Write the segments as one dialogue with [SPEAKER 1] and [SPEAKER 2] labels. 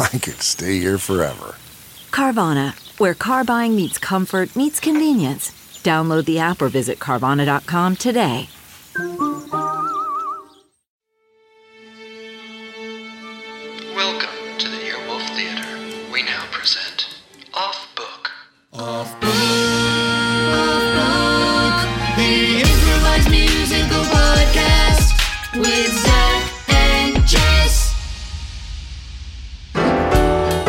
[SPEAKER 1] I could stay here forever.
[SPEAKER 2] Carvana, where car buying meets comfort, meets convenience. Download the app or visit Carvana.com today.
[SPEAKER 3] Welcome to the Earwolf Theater. We now present Off Book.
[SPEAKER 4] The improvised musical podcast with Zach and Jess. Oh,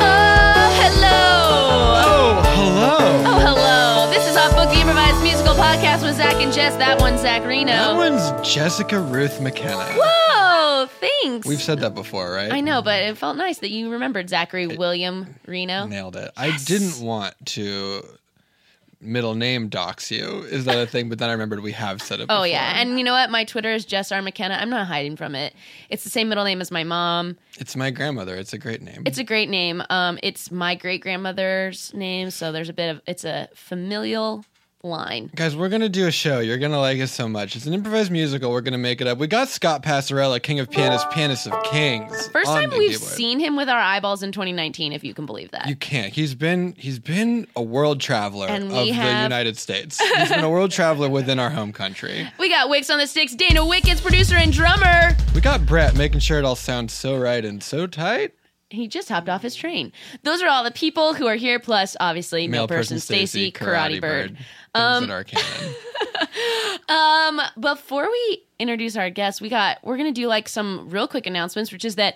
[SPEAKER 4] hello.
[SPEAKER 5] Oh, hello.
[SPEAKER 4] Oh, hello. This is Off Book, the improvised musical podcast with Zach and Jess. That one's Zach Reno.
[SPEAKER 5] That one's Jessica Ruth McKenna.
[SPEAKER 4] Whoa, thanks.
[SPEAKER 5] We've said that before, right?
[SPEAKER 4] I know, but it felt nice that you remembered Zachary William Reno.
[SPEAKER 5] Nailed it. I didn't want to middle name dox you. Is that a thing? But then I remembered we have said it before.
[SPEAKER 4] Oh yeah, and you know what? My Twitter is Jess R McKenna. I'm not hiding from it. It's the same middle name as my mom.
[SPEAKER 5] It's my grandmother. It's a great name.
[SPEAKER 4] It's a great name. Um, it's my great grandmother's name, so there's a bit of it's a familial line.
[SPEAKER 5] Guys, we're gonna do a show. You're gonna like it so much. It's an improvised musical. We're gonna make it up. We got Scott Passarella, King of Pianists, Pianist of Kings.
[SPEAKER 4] First
[SPEAKER 5] on
[SPEAKER 4] time
[SPEAKER 5] the
[SPEAKER 4] we've
[SPEAKER 5] keyboard.
[SPEAKER 4] seen him with our eyeballs in 2019, if you can believe that.
[SPEAKER 5] You can't. He's been he's been a world traveler
[SPEAKER 4] And we
[SPEAKER 5] of
[SPEAKER 4] have-
[SPEAKER 5] the United States. He's been a world traveler within our home country.
[SPEAKER 4] we got Wicks on the Sticks, Dana Wickens, producer and drummer.
[SPEAKER 5] We got Brett making sure it all sounds so right and so tight.
[SPEAKER 4] He just hopped off his train. Those are all the people who are here, plus obviously male, person, Stacy, Karate, Bird.
[SPEAKER 5] Um, our canon.
[SPEAKER 4] Um, before we introduce our guests, we got we're gonna do like some real quick announcements, which is that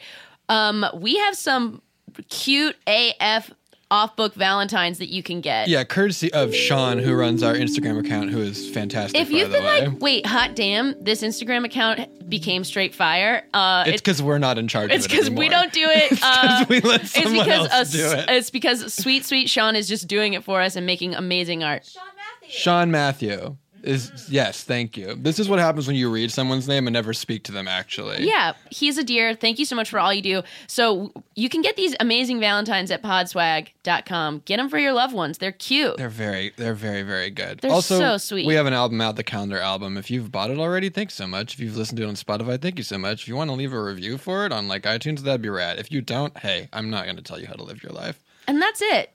[SPEAKER 4] um we have some cute AF off book Valentines that you can get.
[SPEAKER 5] yeah, courtesy of Sean, who runs our Instagram account, who is fantastic.
[SPEAKER 4] If
[SPEAKER 5] by
[SPEAKER 4] you've
[SPEAKER 5] the
[SPEAKER 4] been
[SPEAKER 5] way.
[SPEAKER 4] like, wait, hot damn, this Instagram account became straight fire. Uh,
[SPEAKER 5] it's because we're not in charge.
[SPEAKER 4] It's
[SPEAKER 5] of it
[SPEAKER 4] because we
[SPEAKER 5] anymore.
[SPEAKER 4] don't do it. uh, It's
[SPEAKER 5] because we let
[SPEAKER 4] it's
[SPEAKER 5] someone
[SPEAKER 4] because
[SPEAKER 5] else
[SPEAKER 4] us-
[SPEAKER 5] do it.
[SPEAKER 4] it's because sweet sweet Sean is just doing it for us and making amazing art.
[SPEAKER 5] Sean Matthew is yes, thank you. This is what happens when you read someone's name and never speak to them. Actually,
[SPEAKER 4] Yeah, he's a dear. Thank you so much for all you do. So you can get these amazing Valentines at podswag.com. Get them for your loved ones. They're cute.
[SPEAKER 5] They're very, they're very, very good.
[SPEAKER 4] They're
[SPEAKER 5] also,
[SPEAKER 4] so sweet.
[SPEAKER 5] We have an album out, the calendar album. If you've bought it already, thanks so much. If you've listened to it on Spotify, thank you so much. If you want to leave a review for it on like iTunes, that'd be rad. If you don't, hey, I'm not going to tell you how to live your life.
[SPEAKER 4] and that's it.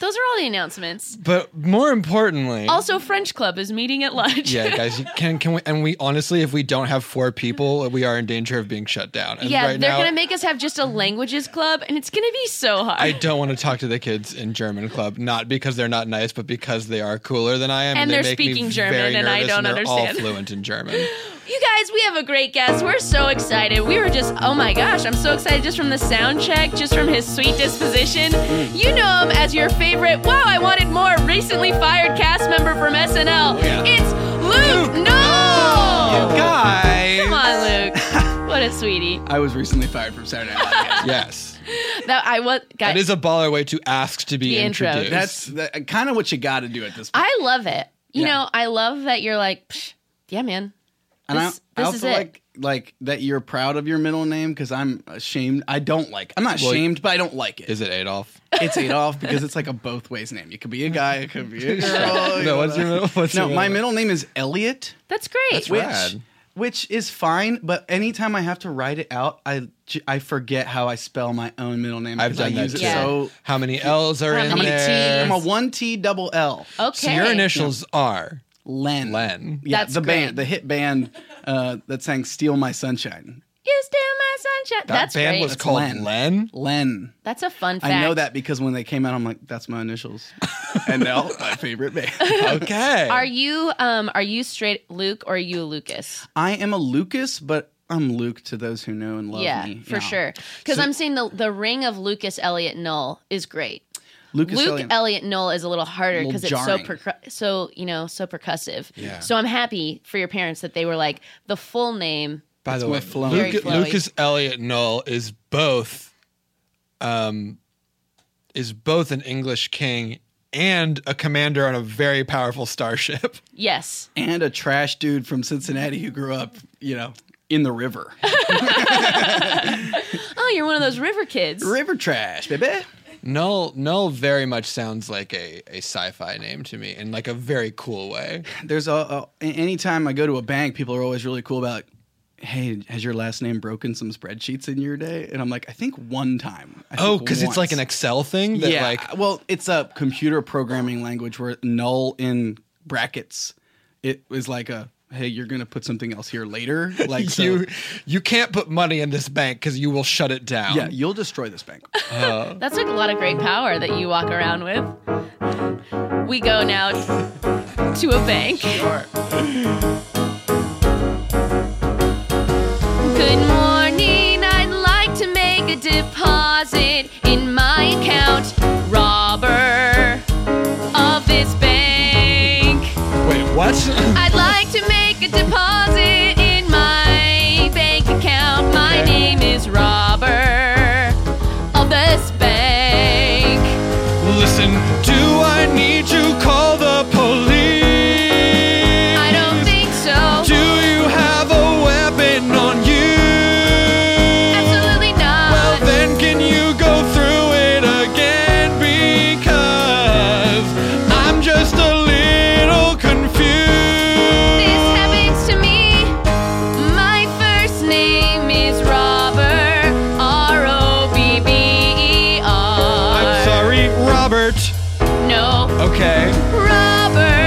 [SPEAKER 4] Those are all the announcements.
[SPEAKER 5] But more importantly,
[SPEAKER 4] Also, French Club is meeting at lunch.
[SPEAKER 5] yeah, guys, you can can we? And we honestly, if we don't have four people, we are in danger of being shut down. And
[SPEAKER 4] Yeah,
[SPEAKER 5] right
[SPEAKER 4] they're
[SPEAKER 5] now,
[SPEAKER 4] gonna make us have just a languages club, and it's gonna be so hard.
[SPEAKER 5] I don't want to talk to the kids in German club, not because they're not nice, but because they are cooler than I am,
[SPEAKER 4] And
[SPEAKER 5] they
[SPEAKER 4] they're
[SPEAKER 5] make me
[SPEAKER 4] speaking German,
[SPEAKER 5] very
[SPEAKER 4] and I
[SPEAKER 5] nervous,
[SPEAKER 4] don't
[SPEAKER 5] and they're
[SPEAKER 4] understand.
[SPEAKER 5] All fluent in German.
[SPEAKER 4] You guys, we have a great guest. We're so excited. We were just, oh my gosh, I'm so excited just from the sound check, just from his sweet disposition.
[SPEAKER 5] Mm.
[SPEAKER 4] You know him as your favorite, wow, I wanted more, recently fired cast member from SNL.
[SPEAKER 5] Oh, yeah.
[SPEAKER 4] It's Luke, No!
[SPEAKER 6] Oh. Guys,
[SPEAKER 4] Come on, Luke. what a sweetie.
[SPEAKER 6] I was recently fired from Saturday Night. Live.
[SPEAKER 5] Yes,
[SPEAKER 4] That I was, guys,
[SPEAKER 5] that is a baller way to ask to be
[SPEAKER 4] The intro.
[SPEAKER 5] introduced.
[SPEAKER 6] That's the, kind of what you got to do at this point.
[SPEAKER 4] I love it. You
[SPEAKER 6] Yeah.
[SPEAKER 4] know, I love that you're like, Psh, yeah, man.
[SPEAKER 6] and
[SPEAKER 4] this-
[SPEAKER 6] I, I
[SPEAKER 4] this
[SPEAKER 6] also
[SPEAKER 4] is it.
[SPEAKER 6] like like that you're proud of your middle name because I'm ashamed. I don't like. I'm not
[SPEAKER 5] Well,
[SPEAKER 6] ashamed, but I don't like it.
[SPEAKER 5] Is it Adolf?
[SPEAKER 6] It's Adolf because it's like a both ways name. You could be a guy, it could be a girl.
[SPEAKER 5] no, what's your middle? What's
[SPEAKER 6] no,
[SPEAKER 5] your
[SPEAKER 6] my middle name is Elliot,
[SPEAKER 4] That's great.
[SPEAKER 5] That's
[SPEAKER 6] which
[SPEAKER 5] Rad.
[SPEAKER 6] which is fine. But anytime I have to write it out, I j- I forget how I spell my own middle name.
[SPEAKER 5] I've
[SPEAKER 6] 'cause
[SPEAKER 5] done
[SPEAKER 6] I
[SPEAKER 5] that
[SPEAKER 6] use
[SPEAKER 5] too.
[SPEAKER 6] it
[SPEAKER 4] Yeah.
[SPEAKER 6] so.
[SPEAKER 5] How many L's are
[SPEAKER 4] How
[SPEAKER 5] in
[SPEAKER 4] many
[SPEAKER 5] there?
[SPEAKER 4] T's?
[SPEAKER 6] I'm a one T double L.
[SPEAKER 4] Okay.
[SPEAKER 5] So your initials are
[SPEAKER 6] Len.
[SPEAKER 5] Len.
[SPEAKER 6] Yeah,
[SPEAKER 4] That's
[SPEAKER 6] the
[SPEAKER 4] great.
[SPEAKER 6] band, the hit band uh, that sang "Steal My Sunshine."
[SPEAKER 4] You still my sunshine.
[SPEAKER 5] That
[SPEAKER 4] That's
[SPEAKER 5] band
[SPEAKER 4] great.
[SPEAKER 5] was called Len.
[SPEAKER 6] Len. Len.
[SPEAKER 4] That's a fun fact.
[SPEAKER 6] I know that because when they came out, I'm like, that's my initials. and now my favorite band.
[SPEAKER 5] Okay.
[SPEAKER 4] Are you um are you straight Luke or are you Lucas?
[SPEAKER 6] I am a Lucas, but I'm Luke to those who know and love
[SPEAKER 4] yeah,
[SPEAKER 6] me.
[SPEAKER 4] for sure. Because I'm saying the the ring of Lucas Elliot Null is great.
[SPEAKER 6] Lucas
[SPEAKER 4] Luke
[SPEAKER 6] Elliot.
[SPEAKER 4] Elliot. Null is a little harder
[SPEAKER 6] Little
[SPEAKER 4] because it's so
[SPEAKER 6] jarring.
[SPEAKER 4] percu- so you know so percussive.
[SPEAKER 5] Yeah.
[SPEAKER 4] So I'm happy for your parents that they were like the full name.
[SPEAKER 5] By the
[SPEAKER 6] more
[SPEAKER 5] way,
[SPEAKER 6] flowy.
[SPEAKER 4] Very
[SPEAKER 5] Luca-
[SPEAKER 4] flowy.
[SPEAKER 5] Lucas Elliot Null is both, um, is both an English king and a commander on a very powerful starship.
[SPEAKER 4] Yes.
[SPEAKER 6] and a trash dude from Cincinnati who grew up, you know, in the river.
[SPEAKER 4] Oh, you're one of those river kids.
[SPEAKER 6] river trash, baby.
[SPEAKER 5] Null Null very much sounds like a, a sci-fi name to me in like a very cool way.
[SPEAKER 6] There's a, a anytime I go to a bank, people are always really cool about. Hey, has your last name broken some spreadsheets in your day? And I'm like, I think one time. I
[SPEAKER 5] Oh,
[SPEAKER 6] think
[SPEAKER 5] because it's like
[SPEAKER 6] once.
[SPEAKER 5] an Excel thing that
[SPEAKER 6] yeah.
[SPEAKER 5] like
[SPEAKER 6] well, it's a computer programming language where null in brackets. It was like a hey, you're gonna put something else here later. Like so-
[SPEAKER 5] you you can't put money in this bank because you will shut it down.
[SPEAKER 6] yeah, you'll destroy this bank.
[SPEAKER 4] That's like a lot of great power that you walk around with. We go now to a bank. Good morning, I'd like to make a deposit in my account. Robber of this bank.
[SPEAKER 5] Wait, what?
[SPEAKER 4] I'd like to make a deposit in my bank account. My name is Robber of this bank.
[SPEAKER 5] Listen, do I need you call the police?
[SPEAKER 4] I don't think
[SPEAKER 5] Do
[SPEAKER 4] so.
[SPEAKER 5] you have a weapon on you?
[SPEAKER 4] Absolutely
[SPEAKER 5] Well,
[SPEAKER 4] not.
[SPEAKER 5] then can you go through it again? Because I'm just a little confused.
[SPEAKER 4] This happens to me. My first name is Robber. R O B B E R.
[SPEAKER 5] I'm sorry, Robert.
[SPEAKER 4] No.
[SPEAKER 5] Okay.
[SPEAKER 4] Robber,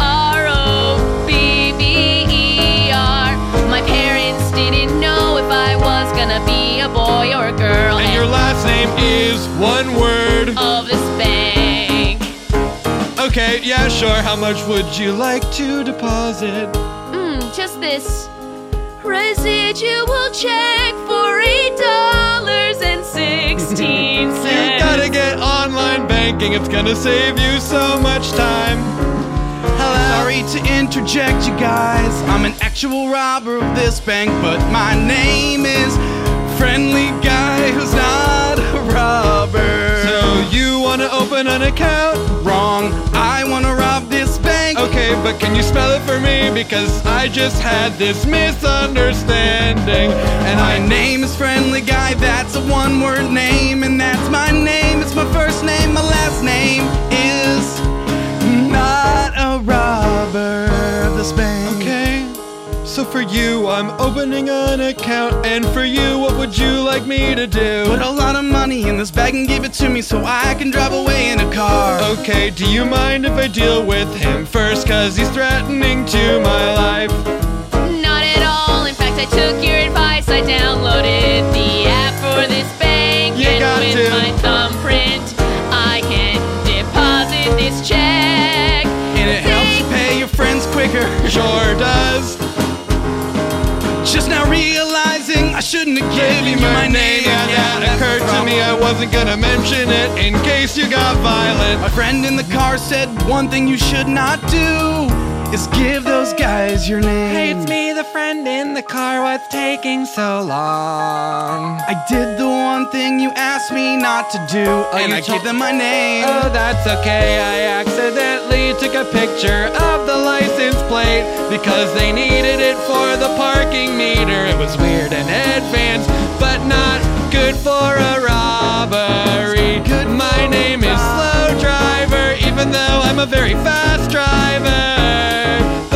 [SPEAKER 4] R O B B E R. My parents didn't know if I was gonna be a boy or a girl.
[SPEAKER 5] And your last name is one word.
[SPEAKER 4] of this bank.
[SPEAKER 5] Okay, yeah, sure. How much would you like to deposit?
[SPEAKER 4] Mm, just this residual check for eight dollars and sixteen
[SPEAKER 5] You
[SPEAKER 4] cents.
[SPEAKER 5] gotta get online banking. It's gonna save you so much time.
[SPEAKER 6] Sorry to interject, you guys. I'm an actual robber of this bank, but my name is Friendly Guy Who's Not a Robber.
[SPEAKER 5] So you wanna open an account?
[SPEAKER 6] wrong. I wanna rob this bank.
[SPEAKER 5] Okay, but can you spell it for me? Because I just had this misunderstanding, and
[SPEAKER 6] My
[SPEAKER 5] I
[SPEAKER 6] name is Friendly Guy, that's a one word name, and that's my name. It's my first name, my last name is not a robber. This bank.
[SPEAKER 5] okay. So for you, I'm opening an account, and for you, what would you like me to
[SPEAKER 6] Put
[SPEAKER 5] do?
[SPEAKER 6] a lot of money in this bag and give it to me so I can drive away in a car.
[SPEAKER 5] Okay, do you mind if I deal with him first? Cause he's threatening to my life.
[SPEAKER 4] Not at all. In fact, I took your advice. I downloaded the app for this bank,
[SPEAKER 5] You
[SPEAKER 4] and
[SPEAKER 5] got
[SPEAKER 4] with
[SPEAKER 5] to.
[SPEAKER 4] my thumbprint, I can deposit this check.
[SPEAKER 6] And it helps you pay your friends quicker.
[SPEAKER 5] Sure does.
[SPEAKER 6] Just now realizing I shouldn't have given you my name.
[SPEAKER 5] Yeah, that
[SPEAKER 6] that's
[SPEAKER 5] occurred
[SPEAKER 6] the
[SPEAKER 5] to me. I
[SPEAKER 6] problem.
[SPEAKER 5] wasn't gonna mention it in case you got
[SPEAKER 6] My
[SPEAKER 5] violent.
[SPEAKER 6] friend in the car said one thing you should not do is give those guys your name.
[SPEAKER 5] me, the friend in the car. What's taking so long?
[SPEAKER 6] I did the one thing you asked me not to do, and I gave them my name.
[SPEAKER 5] Oh, that's okay. I accidentally took a picture of the license plate because they needed it for the parking meter. It was weird and advanced, but not good for a robbery. My name is Slow Driver, even though I'm a very fast driver.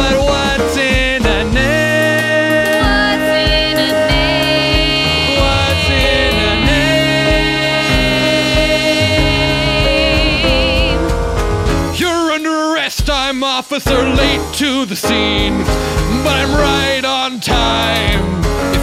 [SPEAKER 5] But what's in a name?
[SPEAKER 4] What's in a name?
[SPEAKER 5] What's in a name? You're under arrest. I'm officer late to the scene, but I'm right on time. If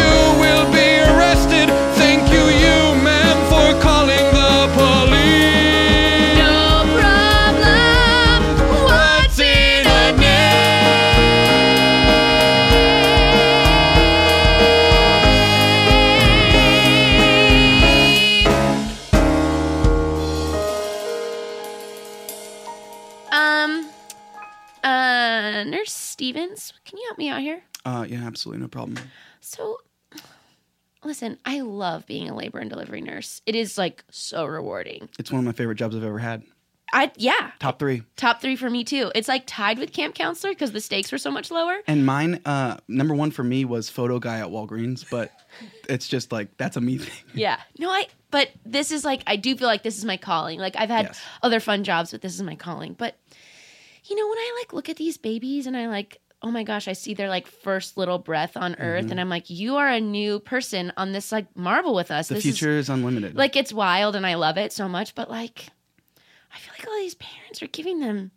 [SPEAKER 5] you will be arrested. Thank you, you, ma'am, for calling the police.
[SPEAKER 7] No problem. What's in a name? Um, uh, Nurse Stevens, can you help me out here?
[SPEAKER 6] Uh, yeah, absolutely, no problem.
[SPEAKER 7] So, listen, I love being a labor and delivery nurse. It is like so rewarding.
[SPEAKER 6] It's one of my favorite jobs I've ever had.
[SPEAKER 7] I yeah,
[SPEAKER 6] Top three.
[SPEAKER 7] top three for me too. It's like tied with camp counselor because the stakes were so much lower.
[SPEAKER 6] And mine, uh, number one for me was photo guy at Walgreens, but it's just like that's a me thing.
[SPEAKER 7] Yeah. No, I. But this is like I do feel like this is my calling. Like I've had
[SPEAKER 6] Yes.
[SPEAKER 7] other fun jobs, but this is my calling. But you know, when I like look at these babies and I like, oh my gosh, I see their like first little breath on
[SPEAKER 6] Mm-hmm.
[SPEAKER 7] Earth, and I'm like, you are a new person on this like marvel with us.
[SPEAKER 6] The
[SPEAKER 7] this is-
[SPEAKER 6] future is, unlimited.
[SPEAKER 7] like it's wild and I love it so much, but like I feel like all these parents are giving them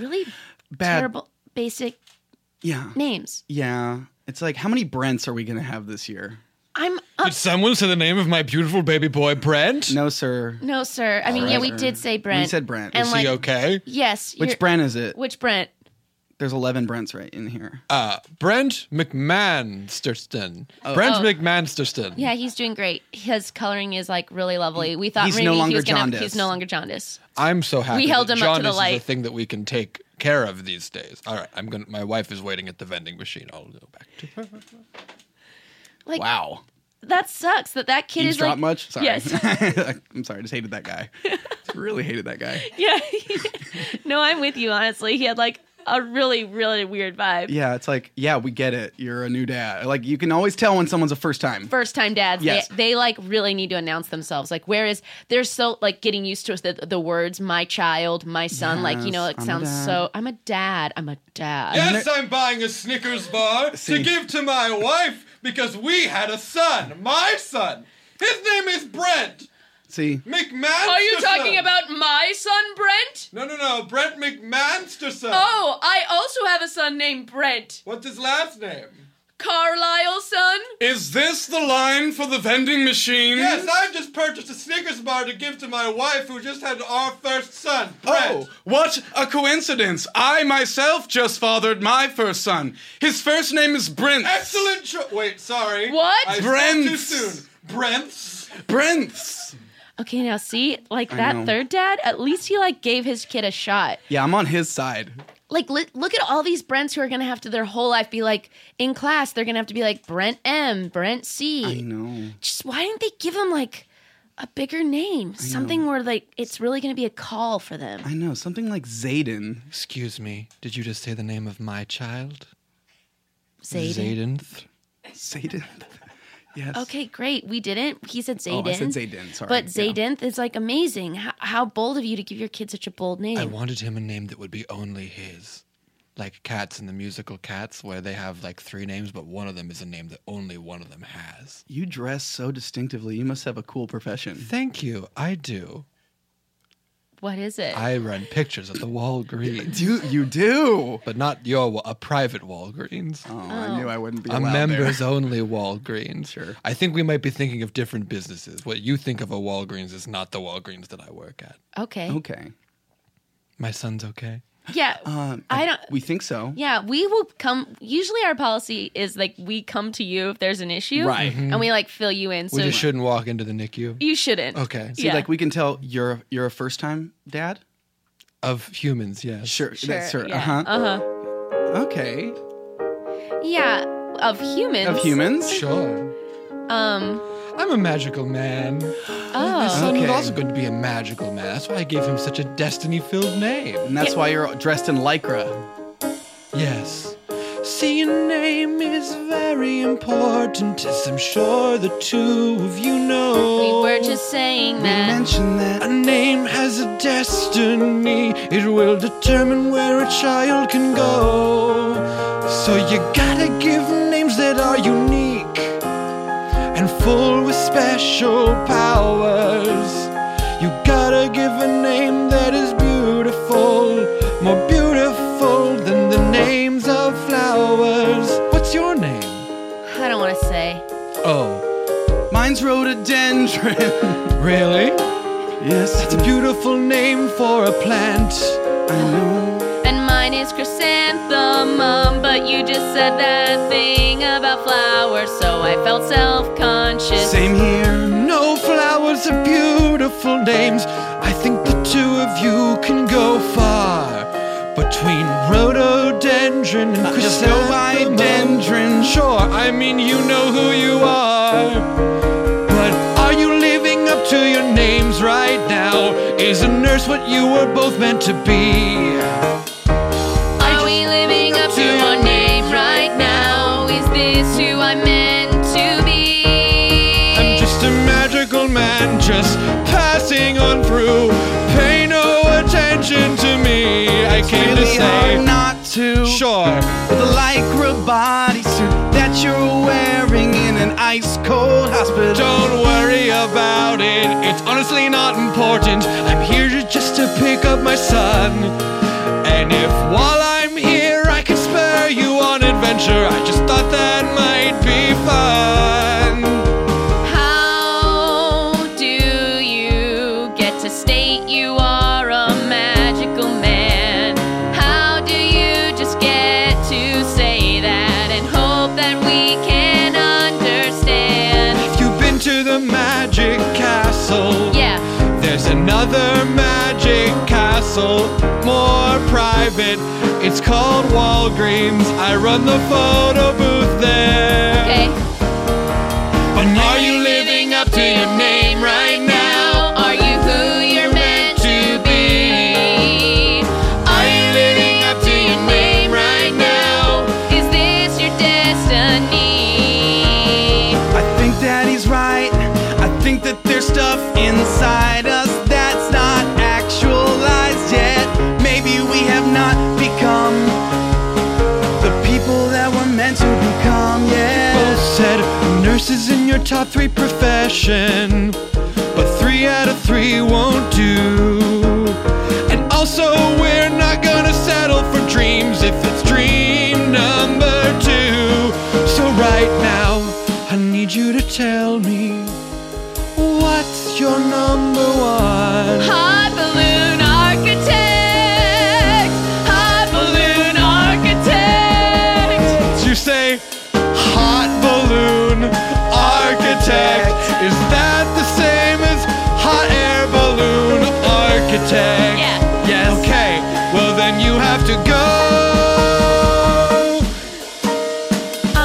[SPEAKER 7] really
[SPEAKER 6] Bad.
[SPEAKER 7] terrible basic
[SPEAKER 6] yeah,
[SPEAKER 7] names.
[SPEAKER 6] yeah. It's like how many Brents are we gonna have this year?
[SPEAKER 7] I'm
[SPEAKER 5] Did
[SPEAKER 7] up.
[SPEAKER 5] someone say the name of my beautiful baby boy, Brent?
[SPEAKER 6] No, sir.
[SPEAKER 7] No, sir. I mean, yeah, we did say Brent.
[SPEAKER 6] We said Brent.
[SPEAKER 7] And
[SPEAKER 5] Is
[SPEAKER 7] like,
[SPEAKER 5] he okay?
[SPEAKER 7] yes.
[SPEAKER 6] Which
[SPEAKER 7] you're-
[SPEAKER 6] Brent is it?
[SPEAKER 7] Which Brent?
[SPEAKER 6] There's eleven Brents right in here.
[SPEAKER 5] Uh, Brent McMansterston. Brent
[SPEAKER 7] Oh.
[SPEAKER 5] McMansterston.
[SPEAKER 7] Yeah, he's doing great. His coloring is like really lovely. We thought
[SPEAKER 6] He's
[SPEAKER 7] maybe
[SPEAKER 6] no
[SPEAKER 7] he
[SPEAKER 6] longer
[SPEAKER 7] was gonna.
[SPEAKER 6] jaundiced.
[SPEAKER 7] He's no longer jaundice.
[SPEAKER 5] I'm so happy.
[SPEAKER 7] We held
[SPEAKER 5] that
[SPEAKER 7] him up to the
[SPEAKER 5] jaundice Is
[SPEAKER 7] light.
[SPEAKER 5] a thing that we can take care of these days. All right, I'm gonna. My wife is waiting at the vending machine. I'll go back to her.
[SPEAKER 7] Like
[SPEAKER 6] Wow.
[SPEAKER 7] that sucks. That that kid
[SPEAKER 6] Eavesdrop
[SPEAKER 7] is like
[SPEAKER 6] much? Sorry.
[SPEAKER 7] Yes.
[SPEAKER 6] I'm sorry. I just hated that guy. really hated that guy.
[SPEAKER 7] yeah. no, I'm with you. Honestly, he had like a really really weird vibe.
[SPEAKER 6] Yeah, it's like, yeah, we get it. You're a new dad. Like you can always tell when someone's a first time.
[SPEAKER 7] first time dads
[SPEAKER 6] Yes.
[SPEAKER 7] they, they like really need to announce themselves like whereas they're so like getting used to the, the words my child my son like you know
[SPEAKER 6] Yes,
[SPEAKER 7] it
[SPEAKER 6] I'm a
[SPEAKER 7] sounds
[SPEAKER 6] dad.
[SPEAKER 7] so i'm a dad i'm a dad
[SPEAKER 5] Yes, I'm buying a Snickers bar to
[SPEAKER 6] See.
[SPEAKER 5] give to my wife because we had a son, my son. His name is Brent
[SPEAKER 6] See,
[SPEAKER 5] McMansterson.
[SPEAKER 7] about my son brent
[SPEAKER 5] No, no, no, Brent McMansterson.
[SPEAKER 7] oh i also have a son named brent
[SPEAKER 5] What's his last name?
[SPEAKER 7] carlisle son
[SPEAKER 5] Is this the line for the vending machine? Yes, I just purchased a Snickers bar to give to my wife who just had our first son, Brent.
[SPEAKER 6] Oh, what a coincidence. I myself just fathered my first son. His first name is Brent.
[SPEAKER 5] Excellent cho- Wait, sorry.
[SPEAKER 7] What?
[SPEAKER 5] I spoke too
[SPEAKER 6] Brent's.
[SPEAKER 5] soon. Brent's.
[SPEAKER 6] Brent.
[SPEAKER 7] okay now see like that
[SPEAKER 6] know.
[SPEAKER 7] third dad at least he like gave his kid a shot
[SPEAKER 6] Yeah, I'm on his side.
[SPEAKER 7] like li- look at all these Brents who are gonna have to their whole life be like in class they're gonna have to be like Brent M, Brent C.
[SPEAKER 6] I know.
[SPEAKER 7] Just why didn't they give them like a bigger name, something where like it's really gonna be a call for them?
[SPEAKER 6] I know. Something like Zayden.
[SPEAKER 5] Excuse me, did you just say the name of my child?
[SPEAKER 7] Zayden.
[SPEAKER 6] Zayden. yes.
[SPEAKER 7] Okay, great. We didn't. He said
[SPEAKER 6] Oh,
[SPEAKER 7] Zayden.
[SPEAKER 6] I said Zayden. Sorry.
[SPEAKER 7] But
[SPEAKER 6] Yeah.
[SPEAKER 7] Zayden is like amazing. How, how bold of you to give your kid such a bold name.
[SPEAKER 5] I wanted him a name that would be only his. Like cats in the musical Cats, where they have like three names, but one of them is a name that only one of them has.
[SPEAKER 6] You dress so distinctively. You must have a cool profession.
[SPEAKER 5] Thank you, I do.
[SPEAKER 7] what is it?
[SPEAKER 5] I run pictures at the Walgreens,
[SPEAKER 6] Do you do?
[SPEAKER 5] but not your, wa- a private Walgreens.
[SPEAKER 6] Oh, I knew I wouldn't be
[SPEAKER 5] a
[SPEAKER 6] allowed
[SPEAKER 5] members
[SPEAKER 6] there.
[SPEAKER 5] only Walgreens. Sure. I think we might be thinking of different businesses. What you think of a Walgreens is not the Walgreens that I work at.
[SPEAKER 7] okay.
[SPEAKER 6] Okay.
[SPEAKER 5] My son's okay.
[SPEAKER 7] Yeah.
[SPEAKER 6] Um,
[SPEAKER 7] I don't.
[SPEAKER 6] We think so.
[SPEAKER 7] Yeah, we will come. Usually, our policy is like we come to you if there's an issue,
[SPEAKER 6] Right.
[SPEAKER 5] Mm-hmm.
[SPEAKER 7] And we like fill you in. So
[SPEAKER 5] we just shouldn't walk into the NICU
[SPEAKER 7] You shouldn't.
[SPEAKER 5] Okay. See,
[SPEAKER 6] See, like we can tell you're you're a first time dad.
[SPEAKER 5] of humans. Yes.
[SPEAKER 6] Sure. That's
[SPEAKER 7] Sure,
[SPEAKER 6] her.
[SPEAKER 7] yeah.
[SPEAKER 6] Uh huh.
[SPEAKER 7] Uh-huh.
[SPEAKER 6] Okay.
[SPEAKER 7] Yeah, of humans.
[SPEAKER 6] Of humans.
[SPEAKER 5] Sure.
[SPEAKER 7] Um.
[SPEAKER 5] I'm a magical man. My
[SPEAKER 7] Oh.
[SPEAKER 5] son was
[SPEAKER 6] Okay.
[SPEAKER 5] also going to be a magical man. That's why I gave him such a destiny-filled name.
[SPEAKER 6] And that's why you're dressed in lycra.
[SPEAKER 5] Yes. See, your name is very important, as I'm sure the two of you
[SPEAKER 7] We
[SPEAKER 5] know.
[SPEAKER 7] were just saying that.
[SPEAKER 6] Mention that.
[SPEAKER 5] A name has a destiny, it will determine where a child can go. So you gotta give names that are unique and full with special powers. You gotta give a name that is beautiful, more beautiful than the names of flowers. What Oh,
[SPEAKER 6] Yes,
[SPEAKER 5] It's a beautiful name for a plant.
[SPEAKER 6] I know.
[SPEAKER 4] And mine is chrysanthemum, but you just said that thing about flowers, so I felt self conscious.
[SPEAKER 6] Same here.
[SPEAKER 5] No flowers are beautiful names. I think the two of you can go far. Between rhododendron and
[SPEAKER 6] Just go by
[SPEAKER 5] chrysanthemum.
[SPEAKER 6] dendron.
[SPEAKER 5] Sure, I mean you know who you are. But are you living up to your names right now? Is a nurse what you were both meant to be?
[SPEAKER 4] Are we living up to our name right now? Is this who I meant to be?
[SPEAKER 5] I'm just a magical man, just passing on through. Pay no attention to me. I came to
[SPEAKER 6] Really
[SPEAKER 5] say,
[SPEAKER 6] hard not to.
[SPEAKER 5] sure,
[SPEAKER 6] The lycra bodysuit that you're wearing in an ice cold hospital.
[SPEAKER 5] don't worry about it. It's honestly not important. I'm here to- just to pick up my son. And if while I'm here I could spare you on adventure, I just thought that might be fun.
[SPEAKER 4] How do you get to state you are a magical man? How do you just get to say that and hope that we can understand?
[SPEAKER 5] If you've been to the magic castle,
[SPEAKER 4] Yeah,
[SPEAKER 5] There's another magic castle, more private. It's called Walgreens. I run the photo booth there.
[SPEAKER 4] okay.
[SPEAKER 5] But are you living up to your name right now?
[SPEAKER 4] Are you who you're meant to be? Are you living up to your name right now? Is this your destiny?
[SPEAKER 6] I think that he's right. I think that there's stuff inside us that's not actualized yet. Maybe we have not become the people that we're meant to become
[SPEAKER 5] Both
[SPEAKER 6] yet.
[SPEAKER 5] said nurses in your top three profession, but three out of three won't do. And also, we're not gonna settle for dreams if it's dream number two. So, right now, I need you to tell me what's your number one?
[SPEAKER 4] Hot balloon architect. Hot balloon architect.
[SPEAKER 5] You say, hot balloon architect. Is that the same as hot air balloon architect?
[SPEAKER 4] Yeah.
[SPEAKER 5] Yes. Okay. Well, then you have to go.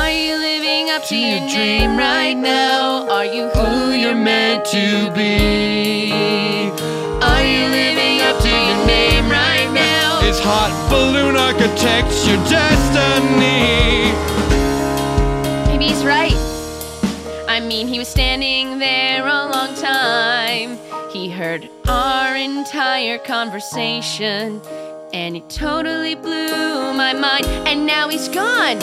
[SPEAKER 4] Are you living up to your dream right now? Are you who you're meant to be? Are you living up to your name right now?
[SPEAKER 5] Is hot balloon architect your destiny?
[SPEAKER 4] Maybe he's right. I mean, he was standing there a long time. He heard our entire conversation, and it totally blew my mind. And now he's gone.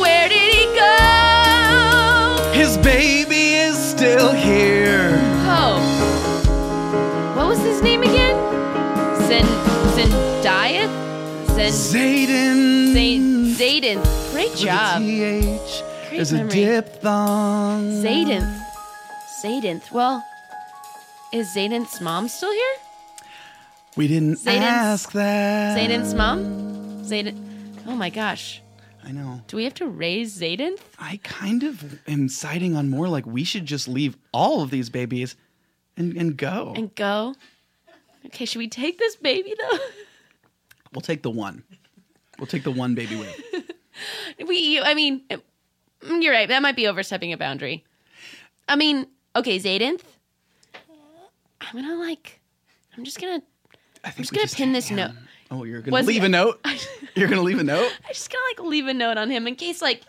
[SPEAKER 4] Where did he go?
[SPEAKER 6] His baby is still here.
[SPEAKER 4] Oh. What was his name again? Zen Zendiath? Zen
[SPEAKER 6] Zayden.
[SPEAKER 4] Zayn Zayden. Great
[SPEAKER 6] With a
[SPEAKER 4] job.
[SPEAKER 6] TH. There's a
[SPEAKER 4] memory.
[SPEAKER 6] diphthong.
[SPEAKER 4] Zaydenth. Zaydenth. Well, is Zaydenth's mom still here?
[SPEAKER 6] We didn't
[SPEAKER 4] Zayden's-
[SPEAKER 6] ask that.
[SPEAKER 4] Zaydenth's mom? Zayden. Oh my gosh.
[SPEAKER 6] I know.
[SPEAKER 4] Do we have to raise Zaydenth?
[SPEAKER 6] I kind of am siding on more like we should just leave all of these babies and, and go.
[SPEAKER 4] and go? Okay, should we take this baby though?
[SPEAKER 6] we'll take the one. We'll take the one baby with.
[SPEAKER 4] We, I mean, eh, mm, you're right. That might be overstepping a boundary. I mean, okay, Zaydenth. I'm gonna like, I'm just gonna,
[SPEAKER 6] I think
[SPEAKER 4] just gonna pin this note.
[SPEAKER 6] Oh, you're gonna
[SPEAKER 4] Was-
[SPEAKER 6] leave a note. You're gonna leave a note.
[SPEAKER 4] I'm just gonna like leave a note on him in case like,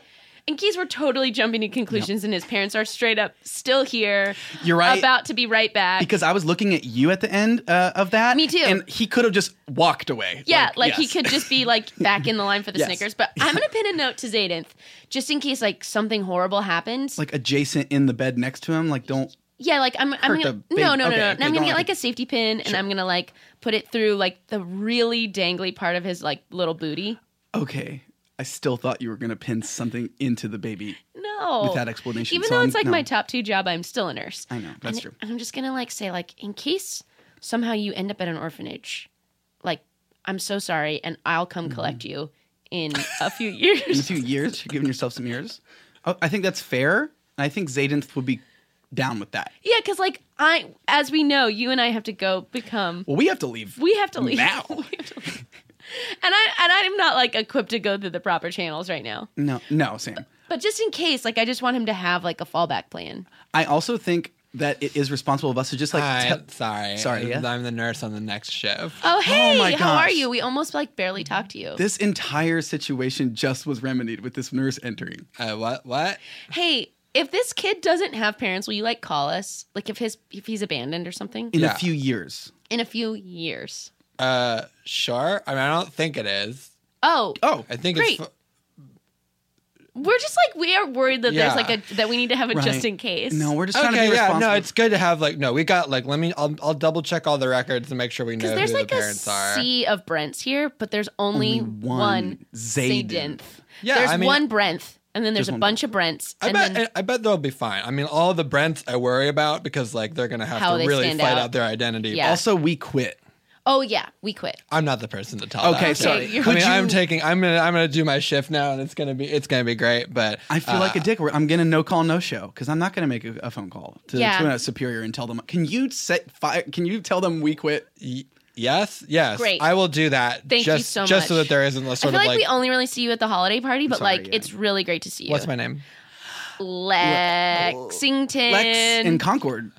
[SPEAKER 4] in case we're totally jumping to conclusions and his parents are straight up still here,
[SPEAKER 6] You're right.
[SPEAKER 4] about to be right back.
[SPEAKER 6] because I was looking at you at the end uh, of that.
[SPEAKER 4] Me too.
[SPEAKER 6] And he could have just walked away.
[SPEAKER 4] yeah, like, he
[SPEAKER 6] yes.
[SPEAKER 4] could just be like back in the line for the
[SPEAKER 6] Yes.
[SPEAKER 4] Snickers. But I'm gonna pin a note to Zaydenth just in case like something horrible happens.
[SPEAKER 6] like adjacent in the bed next to him. Like don't.
[SPEAKER 4] Yeah, like I'm. I'm
[SPEAKER 6] Hurt
[SPEAKER 4] gonna,
[SPEAKER 6] the
[SPEAKER 4] no,
[SPEAKER 6] baby.
[SPEAKER 4] no, no,
[SPEAKER 6] Okay,
[SPEAKER 4] no.
[SPEAKER 6] okay,
[SPEAKER 4] I'm
[SPEAKER 6] go
[SPEAKER 4] gonna
[SPEAKER 6] on.
[SPEAKER 4] get like a safety pin, and I'm gonna like put it through like the really dangly part of his like little booty.
[SPEAKER 6] Okay. I still thought you were gonna pin something into the baby.
[SPEAKER 7] know.
[SPEAKER 6] With that explanation,
[SPEAKER 7] Even
[SPEAKER 6] so
[SPEAKER 7] though
[SPEAKER 6] I'm-
[SPEAKER 7] it's like
[SPEAKER 6] no.
[SPEAKER 7] my top two job, I'm still a nurse.
[SPEAKER 6] I know, that's
[SPEAKER 7] And
[SPEAKER 6] true.
[SPEAKER 7] I'm just gonna like say like in case somehow you end up at an orphanage, like I'm so sorry, and I'll come collect you in a few
[SPEAKER 6] Mm-hmm. in a
[SPEAKER 7] years.
[SPEAKER 6] few years. You're giving yourself some years. Oh, I think that's fair. And I think Zaydenth would be down with that.
[SPEAKER 7] yeah, because like I, as we know, you and I have to go become.
[SPEAKER 6] Well, we have to leave.
[SPEAKER 7] We have to leave
[SPEAKER 6] Now.
[SPEAKER 7] We have to leave. And I and I'm not like equipped to go through the proper channels right now.
[SPEAKER 6] no, no, Sam.
[SPEAKER 7] But just in case, like I just want him to have like a fallback plan.
[SPEAKER 6] I also think that it is responsible of us to just like.
[SPEAKER 5] Hi,
[SPEAKER 6] tell-
[SPEAKER 5] sorry.
[SPEAKER 6] Sorry, yeah?
[SPEAKER 5] I'm the nurse on the next shift.
[SPEAKER 7] Oh hey,
[SPEAKER 6] my
[SPEAKER 7] how are
[SPEAKER 6] gosh.
[SPEAKER 7] you? We almost like barely talked to you.
[SPEAKER 6] this entire situation just was remedied with this nurse entering.
[SPEAKER 5] Uh, what? What?
[SPEAKER 7] hey, if this kid doesn't have parents, will you like call us? Like if his if he's abandoned or something
[SPEAKER 6] in
[SPEAKER 5] Yeah.
[SPEAKER 6] a few years.
[SPEAKER 7] in a few years.
[SPEAKER 5] Uh, sure. I mean, I don't think it is.
[SPEAKER 7] Oh,
[SPEAKER 6] Oh,
[SPEAKER 5] I think it's.
[SPEAKER 7] Great.
[SPEAKER 5] fu-
[SPEAKER 7] we're just like we are worried that
[SPEAKER 5] Yeah.
[SPEAKER 7] there's like a that we need to have a
[SPEAKER 6] Right.
[SPEAKER 7] just in case.
[SPEAKER 6] no, we're just trying to
[SPEAKER 5] Okay,
[SPEAKER 6] be
[SPEAKER 5] yeah,
[SPEAKER 6] responsible.
[SPEAKER 5] no, it's good to have like no. We got like let me. I'll, I'll double check all the records and make sure we know
[SPEAKER 7] because
[SPEAKER 5] who
[SPEAKER 7] there's
[SPEAKER 5] the
[SPEAKER 7] like a
[SPEAKER 5] parents are.
[SPEAKER 7] sea of Brents here, but there's only,
[SPEAKER 6] one
[SPEAKER 7] one
[SPEAKER 6] Zaydenth.
[SPEAKER 7] Zaydenth.
[SPEAKER 5] Yeah,
[SPEAKER 7] there's
[SPEAKER 5] I mean-
[SPEAKER 7] one Brent, and then there's,
[SPEAKER 6] There's
[SPEAKER 7] a
[SPEAKER 6] one
[SPEAKER 7] bunch of Brents.
[SPEAKER 5] I
[SPEAKER 7] and
[SPEAKER 5] bet
[SPEAKER 7] then,
[SPEAKER 5] I bet they'll be fine. I mean, all the Brents I worry about because like they're gonna have
[SPEAKER 7] How
[SPEAKER 5] to
[SPEAKER 7] they
[SPEAKER 5] really
[SPEAKER 7] stand
[SPEAKER 5] fight out.
[SPEAKER 7] out.
[SPEAKER 5] their identity.
[SPEAKER 7] Yeah.
[SPEAKER 6] also, we quit.
[SPEAKER 7] oh yeah, we quit.
[SPEAKER 5] I'm not the person to tell.
[SPEAKER 6] Okay,
[SPEAKER 5] that.
[SPEAKER 6] sorry.
[SPEAKER 7] you're-
[SPEAKER 5] I
[SPEAKER 6] Could
[SPEAKER 5] mean, I'm
[SPEAKER 6] you-
[SPEAKER 5] taking. I'm gonna. I'm gonna do my shift now, and it's gonna be. It's gonna be great. But uh,
[SPEAKER 6] I feel like a dick. Where I'm gonna no call no show because I'm not gonna make a, a phone call to,
[SPEAKER 7] Yeah.
[SPEAKER 6] to a superior and tell them. Can you set fire? Can you tell them we quit?
[SPEAKER 5] yes, yes.
[SPEAKER 7] Great.
[SPEAKER 5] I will do that.
[SPEAKER 7] Thank you
[SPEAKER 5] just,
[SPEAKER 7] so
[SPEAKER 5] Just so
[SPEAKER 7] much.
[SPEAKER 5] that there isn't a
[SPEAKER 7] I
[SPEAKER 5] sort
[SPEAKER 7] feel like,
[SPEAKER 5] of like.
[SPEAKER 7] we only really see you at the holiday party, but
[SPEAKER 6] sorry,
[SPEAKER 7] like
[SPEAKER 6] yeah.
[SPEAKER 7] it's really great to see you.
[SPEAKER 5] what's my Oh, name?
[SPEAKER 7] Lexington?
[SPEAKER 6] Lex and Concord.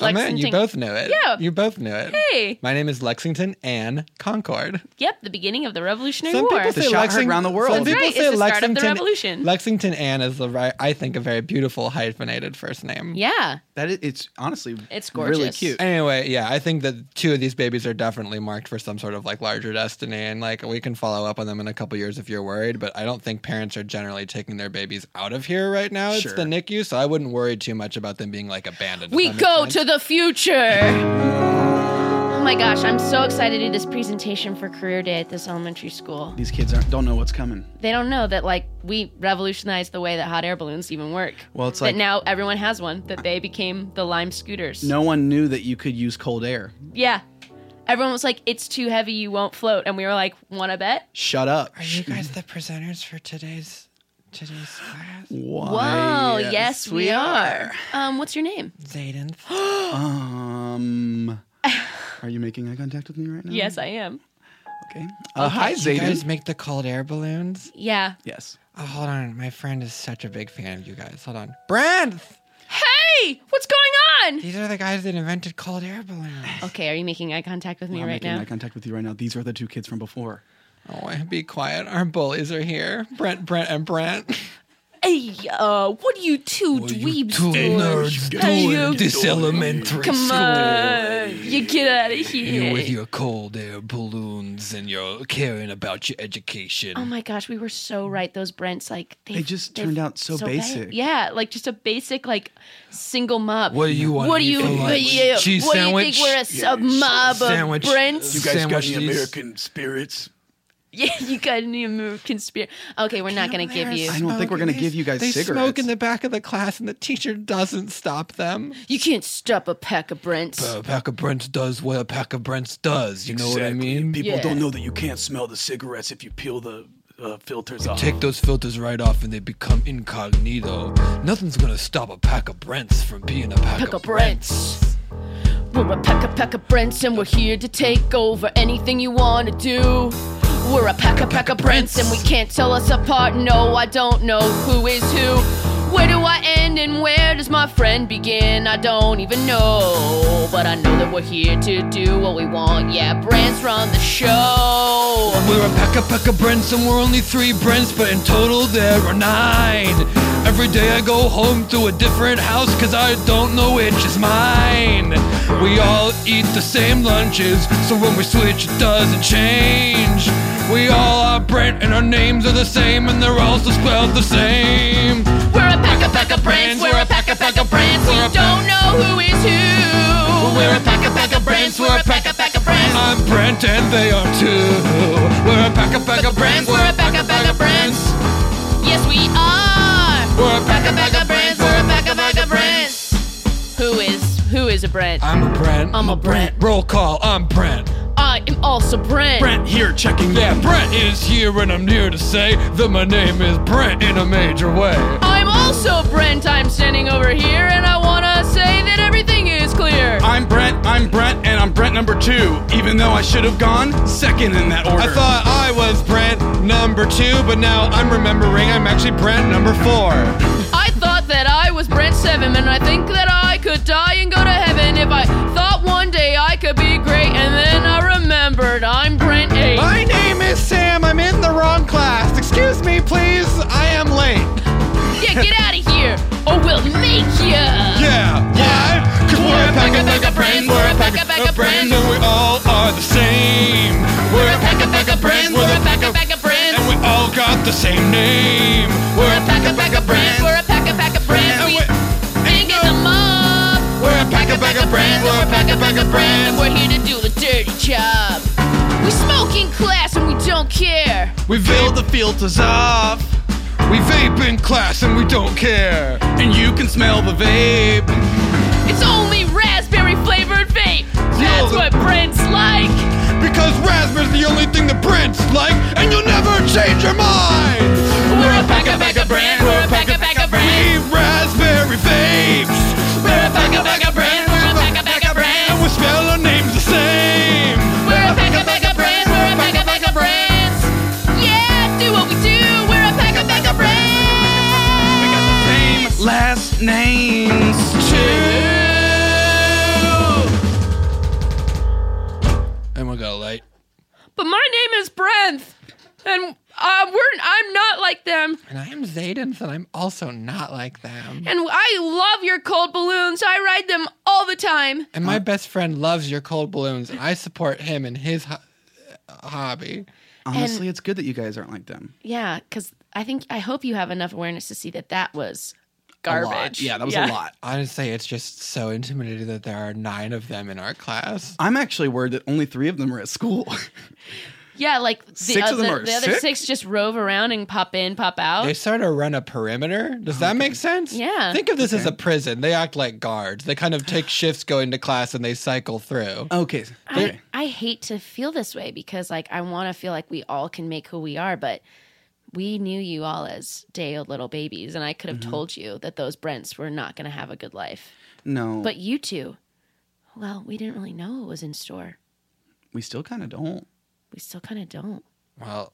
[SPEAKER 5] Oh man, you
[SPEAKER 7] Lexington-
[SPEAKER 5] both knew it.
[SPEAKER 7] Yeah.
[SPEAKER 5] you both knew it.
[SPEAKER 7] Hey.
[SPEAKER 5] my name is Lexington Anne Concord.
[SPEAKER 7] Yep, the beginning of the Revolutionary
[SPEAKER 5] Some
[SPEAKER 7] War.
[SPEAKER 5] people
[SPEAKER 6] The
[SPEAKER 5] say
[SPEAKER 6] shot heard
[SPEAKER 5] Lexington
[SPEAKER 6] round the world.
[SPEAKER 5] Some
[SPEAKER 6] That's
[SPEAKER 5] people
[SPEAKER 7] right,
[SPEAKER 5] say
[SPEAKER 7] it's the start of the
[SPEAKER 5] Lexington.
[SPEAKER 7] revolution.
[SPEAKER 5] Lexington Anne is the right. I think a very beautiful hyphenated first name.
[SPEAKER 7] yeah,
[SPEAKER 6] That is, it's honestly,
[SPEAKER 7] It's
[SPEAKER 6] really
[SPEAKER 7] gorgeous.
[SPEAKER 6] cute.
[SPEAKER 5] Anyway, yeah, I think that two of these babies are definitely marked for some sort of like larger destiny, and like we can follow up on them in a couple years if you're worried. But I don't think parents are generally taking their babies out of here right now. It's
[SPEAKER 6] Sure.
[SPEAKER 5] the NICU, so I wouldn't worry too much about them being like abandoned. Does
[SPEAKER 7] we
[SPEAKER 5] that make
[SPEAKER 7] go
[SPEAKER 5] sense?
[SPEAKER 7] to the future. Oh my gosh, I'm so excited to do this presentation for Career Day at this elementary school.
[SPEAKER 6] These kids aren't, don't know what's coming.
[SPEAKER 7] They don't know that like we revolutionized the way that hot air balloons even work.
[SPEAKER 6] Well, it's
[SPEAKER 7] that
[SPEAKER 6] like-
[SPEAKER 7] now everyone has one. That they became the Lime scooters.
[SPEAKER 6] No one knew that you could use cold air.
[SPEAKER 7] Yeah. Everyone was like, "It's too heavy, you won't float," and we were like, "Wanna bet?"
[SPEAKER 6] Shut up.
[SPEAKER 5] Are you guys the presenters for today's today's class?
[SPEAKER 7] Whoa!
[SPEAKER 6] Why,
[SPEAKER 7] Yes, we are. Um, what's your name?
[SPEAKER 5] Zayden.
[SPEAKER 6] Um, are you making eye contact with me right now?
[SPEAKER 7] Yes, I am.
[SPEAKER 6] Okay. Uh, hi,
[SPEAKER 5] You
[SPEAKER 6] Zayden.
[SPEAKER 5] guys make the cold air balloons.
[SPEAKER 7] Yeah.
[SPEAKER 6] yes.
[SPEAKER 5] Oh, hold on, my friend is such a big fan of you guys. Hold on, Brent.
[SPEAKER 7] Hey, what's going on?
[SPEAKER 5] These are the guys that invented cold air balloons.
[SPEAKER 7] Okay, are you making eye contact with me
[SPEAKER 6] I'm
[SPEAKER 7] right
[SPEAKER 6] making
[SPEAKER 7] now?
[SPEAKER 6] eye contact with you right now. These are the two kids from before.
[SPEAKER 5] Oh, be quiet. Our bullies are here. Brent, Brent, and Brent.
[SPEAKER 7] Hey, uh, what are you two dweebs doing? Hey, you-
[SPEAKER 5] elementary
[SPEAKER 7] Come on, you get out of here.
[SPEAKER 5] your cold air balloons and you're caring about your education.
[SPEAKER 7] oh my gosh, we were so right. Those Brents, like
[SPEAKER 6] Mm. They just
[SPEAKER 7] they've-
[SPEAKER 6] turned out so
[SPEAKER 7] ba-
[SPEAKER 6] basic.
[SPEAKER 7] yeah, like just a basic like single mob.
[SPEAKER 5] What do you want
[SPEAKER 7] What do
[SPEAKER 5] to eat
[SPEAKER 7] you?
[SPEAKER 5] for
[SPEAKER 7] What do
[SPEAKER 5] lunch?
[SPEAKER 7] you,
[SPEAKER 5] Cheese
[SPEAKER 7] what do you
[SPEAKER 5] sandwich?
[SPEAKER 7] think we're a sub mob of
[SPEAKER 5] Sandwich.
[SPEAKER 7] Brents?
[SPEAKER 5] You guys got Sandwich any these. American
[SPEAKER 1] spirits?
[SPEAKER 7] yeah, you got any American spirit? Okay, we're not gonna give you.
[SPEAKER 6] I don't think we're gonna give you guys
[SPEAKER 5] They smoke
[SPEAKER 6] cigarettes.
[SPEAKER 5] in the back of the class and the teacher doesn't stop them.
[SPEAKER 7] You can't stop a pack of Brents.
[SPEAKER 5] A pack of Uh, Brents does what a pack of Brents does. You know what I
[SPEAKER 1] Exactly.
[SPEAKER 5] mean?
[SPEAKER 1] People
[SPEAKER 7] Yeah.
[SPEAKER 1] don't know that you can't smell the cigarettes if you peel the uh, filters off.
[SPEAKER 5] Take those filters right off and they become incognito. Nothing's gonna stop a pack of Brents from being a pack,
[SPEAKER 7] Pack
[SPEAKER 5] of
[SPEAKER 7] of
[SPEAKER 5] Brents.
[SPEAKER 7] Brents. We're a pack of pack of Brents, and we're here to take over anything you wanna do. We're a pack of pack of Brents, and we can't tell us apart. No, I don't know who is who. Where do I end and where does my friend begin? I don't even know, but I know that we're here to do what we want. Yeah, Brents run the show.
[SPEAKER 5] We're a pack of pack of Brents and we're only three Brents, but in total there are nine. Every day I go home to a different house cause I don't know which is mine. We all eat the same lunches, so when we switch it doesn't change. We all are Brent and our names are the same and they're also spelled the same.
[SPEAKER 7] We're a pack of pack of brands. We're a pack of pack of brands. We don't know who is who. We're a pack of pack of brands. We're a pack of pack of brands.
[SPEAKER 5] I'm Brent and they are too. We're a pack of pack of Brents,
[SPEAKER 7] Brands. We're a pack of pack of brands. Yes, we are.
[SPEAKER 5] We're a pack
[SPEAKER 7] Pack a
[SPEAKER 5] of,
[SPEAKER 7] bag of Brents. We're a pack of bag of Brents. Who is who is a Brent?
[SPEAKER 5] I'm a Brent.
[SPEAKER 7] I'm a Brent.
[SPEAKER 5] Roll call. I'm Brent.
[SPEAKER 7] I am also Brent.
[SPEAKER 6] Brent here checking in.
[SPEAKER 5] Yeah, Brent is here, and I'm here to say that my name is Brent in a major way.
[SPEAKER 7] I'm also Brent. I'm standing over here, and I wanna say that everything is clear.
[SPEAKER 6] I'm Brent, I'm Brent, and I'm Brent number two, even though I should have gone second in that order.
[SPEAKER 5] I thought I was Brent number two, but now I'm remembering I'm actually Brent number four.
[SPEAKER 7] I thought that I was Brent Seven, and I think that I could die and go to heaven if I thought one day I could be great, and then I remembered I'm Brent Eight.
[SPEAKER 5] My name is Sam. I'm in the wrong class. Excuse me, please. I am late.
[SPEAKER 7] Yeah, get out of here, or we'll make ya.
[SPEAKER 5] Yeah. Why? Cause we're a pack of, pack of friends. We're a pack of, pack of friends. And we all are the same. We're a pack of, pack of friends. We're a pack of, pack
[SPEAKER 7] of friends.
[SPEAKER 5] And we all got the same name. We're a pack of, pack of friends.
[SPEAKER 7] We're a pack of pack of
[SPEAKER 5] And
[SPEAKER 7] friends. We
[SPEAKER 5] we-
[SPEAKER 7] ain't get them up.
[SPEAKER 5] We're a pack of, pack of friends. We're a pack of, pack of
[SPEAKER 7] And
[SPEAKER 5] friends.
[SPEAKER 7] we're here to do the dirty job. We smoke in class and we don't care.
[SPEAKER 5] We
[SPEAKER 6] fill
[SPEAKER 5] vape.
[SPEAKER 6] the filters off,
[SPEAKER 5] We vape in class and we don't care.
[SPEAKER 6] and you can smell the vape.
[SPEAKER 7] It's only raspberry flavored vape. That's
[SPEAKER 5] Yo.
[SPEAKER 7] what Brent's like.
[SPEAKER 5] Because raspberry's the only thing that Brent's like, and you'll never change your mind.
[SPEAKER 7] We're a pack of pack of Brent. We're a pack of pack of Brent.
[SPEAKER 5] We raspberry vapes. We're a pack of pack of Brent.
[SPEAKER 7] We're a pack of pack of Brent.
[SPEAKER 5] And we spell our names the same.
[SPEAKER 7] We're a pack of pack of Brent. We're a pack of pack of Brents. Yeah, do what we do. We're a pack of pack of Brents.
[SPEAKER 6] Same last names too.
[SPEAKER 5] And we got light.
[SPEAKER 7] But my name is Brent, and uh, we're I'm not like them.
[SPEAKER 5] And I am Zayden, and I'm also not like them.
[SPEAKER 7] And I love your cold balloons. I ride them all the time.
[SPEAKER 5] And my best friend loves your cold balloons, and I support him in his ho- hobby.
[SPEAKER 6] Honestly, it's good that you guys aren't like them.
[SPEAKER 7] Yeah, because I think I hope you have enough awareness to see that that was
[SPEAKER 6] A
[SPEAKER 7] garbage.
[SPEAKER 6] lot. Yeah, that was a lot.
[SPEAKER 5] Honestly, it's just so intimidating that there are nine of them in our class.
[SPEAKER 6] I'm actually worried that only three of them are at school.
[SPEAKER 7] Yeah, like the
[SPEAKER 6] Six
[SPEAKER 7] other
[SPEAKER 6] of them are
[SPEAKER 7] the other
[SPEAKER 6] sick?
[SPEAKER 7] six just rove around and pop in, pop out.
[SPEAKER 5] They sort of run a perimeter.
[SPEAKER 6] Oh
[SPEAKER 5] Does that make sense?
[SPEAKER 7] Yeah.
[SPEAKER 5] Think of this as a prison. They act like guards. They kind of take shifts going to class and they cycle through.
[SPEAKER 6] okay.
[SPEAKER 7] I, I hate to feel this way because like I want to feel like we all can make who we are, but we knew you all as day old little babies, and I could have
[SPEAKER 5] Mm-hmm.
[SPEAKER 7] told you that those Brents were not going to have a good life.
[SPEAKER 6] No,
[SPEAKER 7] But you two, well, we didn't really know what was in store.
[SPEAKER 6] we still kind of don't.
[SPEAKER 7] We still kind of don't.
[SPEAKER 5] Well,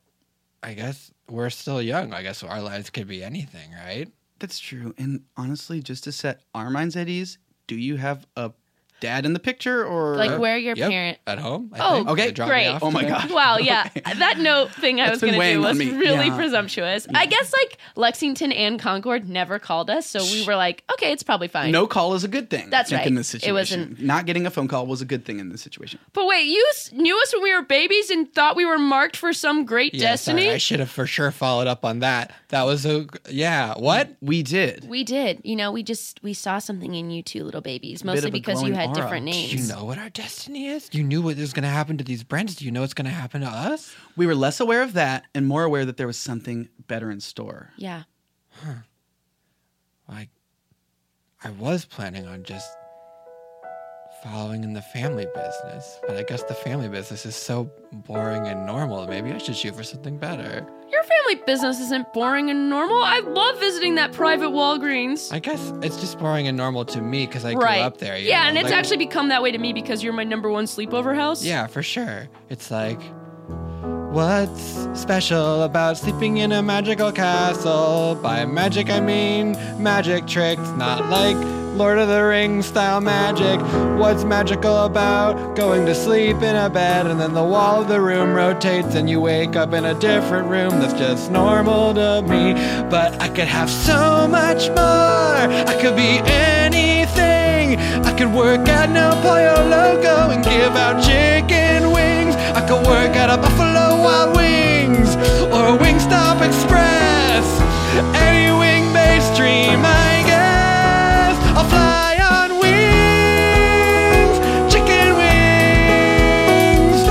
[SPEAKER 5] I guess we're still young. I guess our lives could be anything, right?
[SPEAKER 6] That's true. And honestly, just to set our minds at ease, do you have a dad in the picture or
[SPEAKER 7] Like where your
[SPEAKER 5] Yep.
[SPEAKER 7] parent.
[SPEAKER 5] At home. I
[SPEAKER 7] Oh,
[SPEAKER 5] think.
[SPEAKER 6] Okay,
[SPEAKER 5] They dropped
[SPEAKER 7] great.
[SPEAKER 5] Me off
[SPEAKER 6] Oh my
[SPEAKER 5] today.
[SPEAKER 6] god.
[SPEAKER 7] Wow, yeah. That note thing I
[SPEAKER 6] That's
[SPEAKER 7] was
[SPEAKER 6] been
[SPEAKER 7] going to
[SPEAKER 6] weighing
[SPEAKER 7] do
[SPEAKER 6] on
[SPEAKER 7] was
[SPEAKER 6] me.
[SPEAKER 7] really
[SPEAKER 6] Yeah.
[SPEAKER 7] presumptuous. I guess like Lexington and Concord never called us, so we were like, okay, it's probably fine.
[SPEAKER 6] No call is a good thing.
[SPEAKER 7] That's
[SPEAKER 6] I think,
[SPEAKER 7] right.
[SPEAKER 6] In this
[SPEAKER 7] It
[SPEAKER 6] situation,
[SPEAKER 7] wasn't-
[SPEAKER 6] not getting a phone call was a good thing in this situation.
[SPEAKER 7] But wait, you s- knew us when we were babies and thought we were marked for some great
[SPEAKER 5] Yeah, sorry,
[SPEAKER 7] destiny?
[SPEAKER 5] I should have for sure followed up on that. That was a yeah. What?
[SPEAKER 6] We did.
[SPEAKER 7] we did. You know, we just we saw something in you two little babies,
[SPEAKER 6] of
[SPEAKER 7] mostly
[SPEAKER 6] a
[SPEAKER 7] because you
[SPEAKER 6] glowing
[SPEAKER 7] had
[SPEAKER 6] aura.
[SPEAKER 7] different
[SPEAKER 6] Do
[SPEAKER 7] names.
[SPEAKER 5] Do you know what our destiny is? You knew what was going to happen to these brands. Do you know what's going to happen to us?
[SPEAKER 6] We were less aware of that and more aware that there was something better in store.
[SPEAKER 7] Yeah.
[SPEAKER 5] Like, I was planning on just following in the family business, but I guess the family business is so boring and normal. Maybe I should shoot for something better.
[SPEAKER 7] Your family business isn't boring and normal. I love visiting that private Walgreens.
[SPEAKER 5] I guess it's just boring and normal to me because I
[SPEAKER 7] right.
[SPEAKER 5] grew up there. you
[SPEAKER 7] yeah,
[SPEAKER 5] know?
[SPEAKER 7] and it's
[SPEAKER 5] Like-
[SPEAKER 7] actually become that way to me because you're my number one sleepover house.
[SPEAKER 5] Yeah, for sure. It's like, what's special about sleeping in a magical castle? By magic, I mean magic tricks, not like Lord of the Rings style magic. What's magical about going to sleep in a bed and then the wall of the room rotates and you wake up in a different room? That's just normal to me. But I could have so much more. I could be anything. I could work at no Pollo Loco and give out chicken wings. I could work at a Buffalo Wild Wings or a Wingstop Express. Any wing based dream, I guess. I'll fly on wings, chicken wings,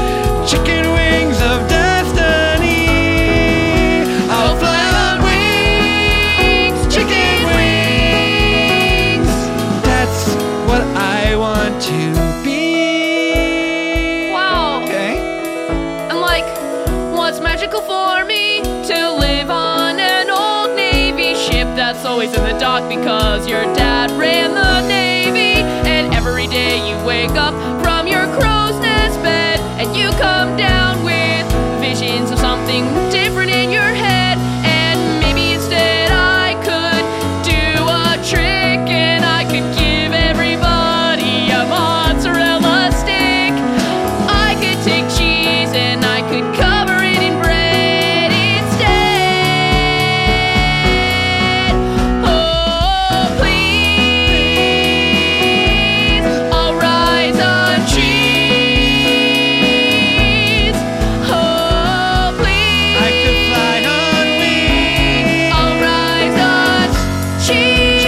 [SPEAKER 5] chicken wings of destiny. I'll fly on wings, chicken
[SPEAKER 7] boys in the dock because your dad ran the Navy. And every day you wake up from your crow's nest bed and you come down with visions of something different in your head. And maybe instead I could do a trick and I could give everybody a mozzarella stick. I could take cheese and I could cover it in bread instead. Oh, please, I'll rise on cheese. Oh, please,
[SPEAKER 6] I could fly on wings.
[SPEAKER 7] I'll rise on cheese.